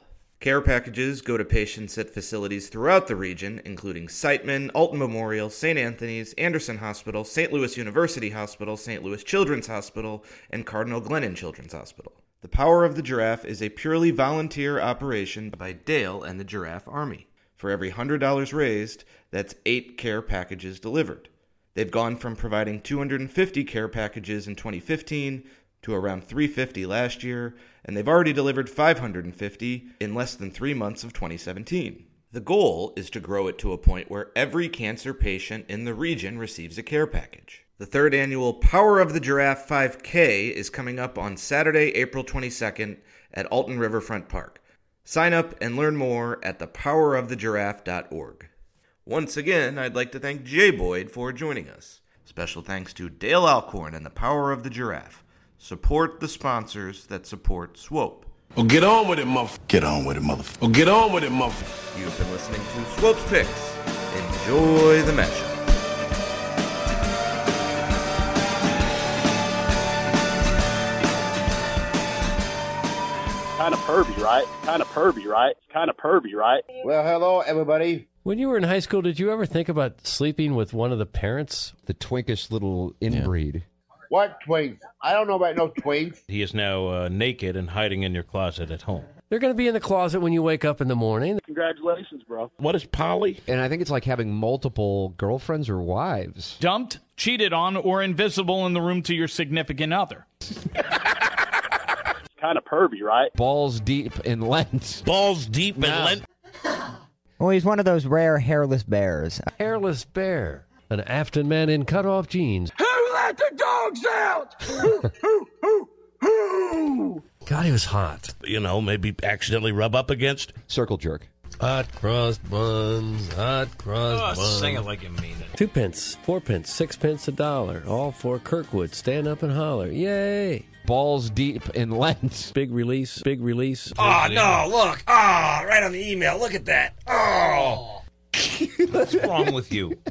[SPEAKER 5] Care packages go to patients at facilities throughout the region, including Siteman, Alton Memorial, St. Anthony's, Anderson Hospital, St. Louis University Hospital, St. Louis Children's Hospital, and Cardinal Glennon Children's Hospital. The Power of the Giraffe is a purely volunteer operation by Dale and the Giraffe Army. For every $100 raised, that's eight care packages delivered. They've gone from providing 250 care packages in 2015 to around 350 last year, and they've already delivered 550 in less than three months of 2017. The goal is to grow it to a point where every cancer patient in the region receives a care package. The third annual Power of the Giraffe 5K is coming up on Saturday, April 22nd at Alton Riverfront Park. Sign up and learn more at thepowerofthegiraffe.org. Once again, I'd like to thank Jay Boyd for joining us. Special thanks to Dale Alcorn and the Power of the Giraffe. Support the sponsors that support Swope.
[SPEAKER 36] Well, get on with it, motherfucker. Get on with it, motherfucker. Well, get on with it, motherfucker.
[SPEAKER 5] You've been listening to Swope's Picks. Enjoy the matchup.
[SPEAKER 11] Kind of pervy, right? Kind of pervy, right? Kind of pervy, right? Well, hello, everybody.
[SPEAKER 7] When you were in high school, did you ever think about sleeping with one of the parents?
[SPEAKER 4] The twinkish little inbreed.
[SPEAKER 19] What twinks? I don't know about no twinks.
[SPEAKER 5] He is now uh, naked and hiding in your closet at home.
[SPEAKER 7] They're going to be in the closet when you wake up in the morning.
[SPEAKER 37] Congratulations, bro.
[SPEAKER 4] What is poly? And I think it's like having multiple girlfriends or wives.
[SPEAKER 38] Dumped, cheated on, or invisible in the room to your significant other.
[SPEAKER 37] Kind of pervy, right?
[SPEAKER 4] Balls deep in lent.
[SPEAKER 5] Balls deep in lent.
[SPEAKER 39] Well, he's one of those rare hairless bears.
[SPEAKER 7] Hairless bear, an Afton man in cutoff jeans.
[SPEAKER 9] Who let the dogs out? Who, who, who, who?
[SPEAKER 7] God, he was hot.
[SPEAKER 4] You know, maybe accidentally rub up against. Circle jerk.
[SPEAKER 7] Hot crust buns, hot crust
[SPEAKER 5] Oh,
[SPEAKER 7] buns.
[SPEAKER 5] sing it like you mean it.
[SPEAKER 7] Two pence, four pence, six pence a dollar. All for Kirkwood. Stand up and holler. Yay! Balls deep in lens. Big release, big release.
[SPEAKER 5] Ah,
[SPEAKER 9] Oh, no, look. Oh, right on the email. Look at that. Oh.
[SPEAKER 5] What's wrong with you?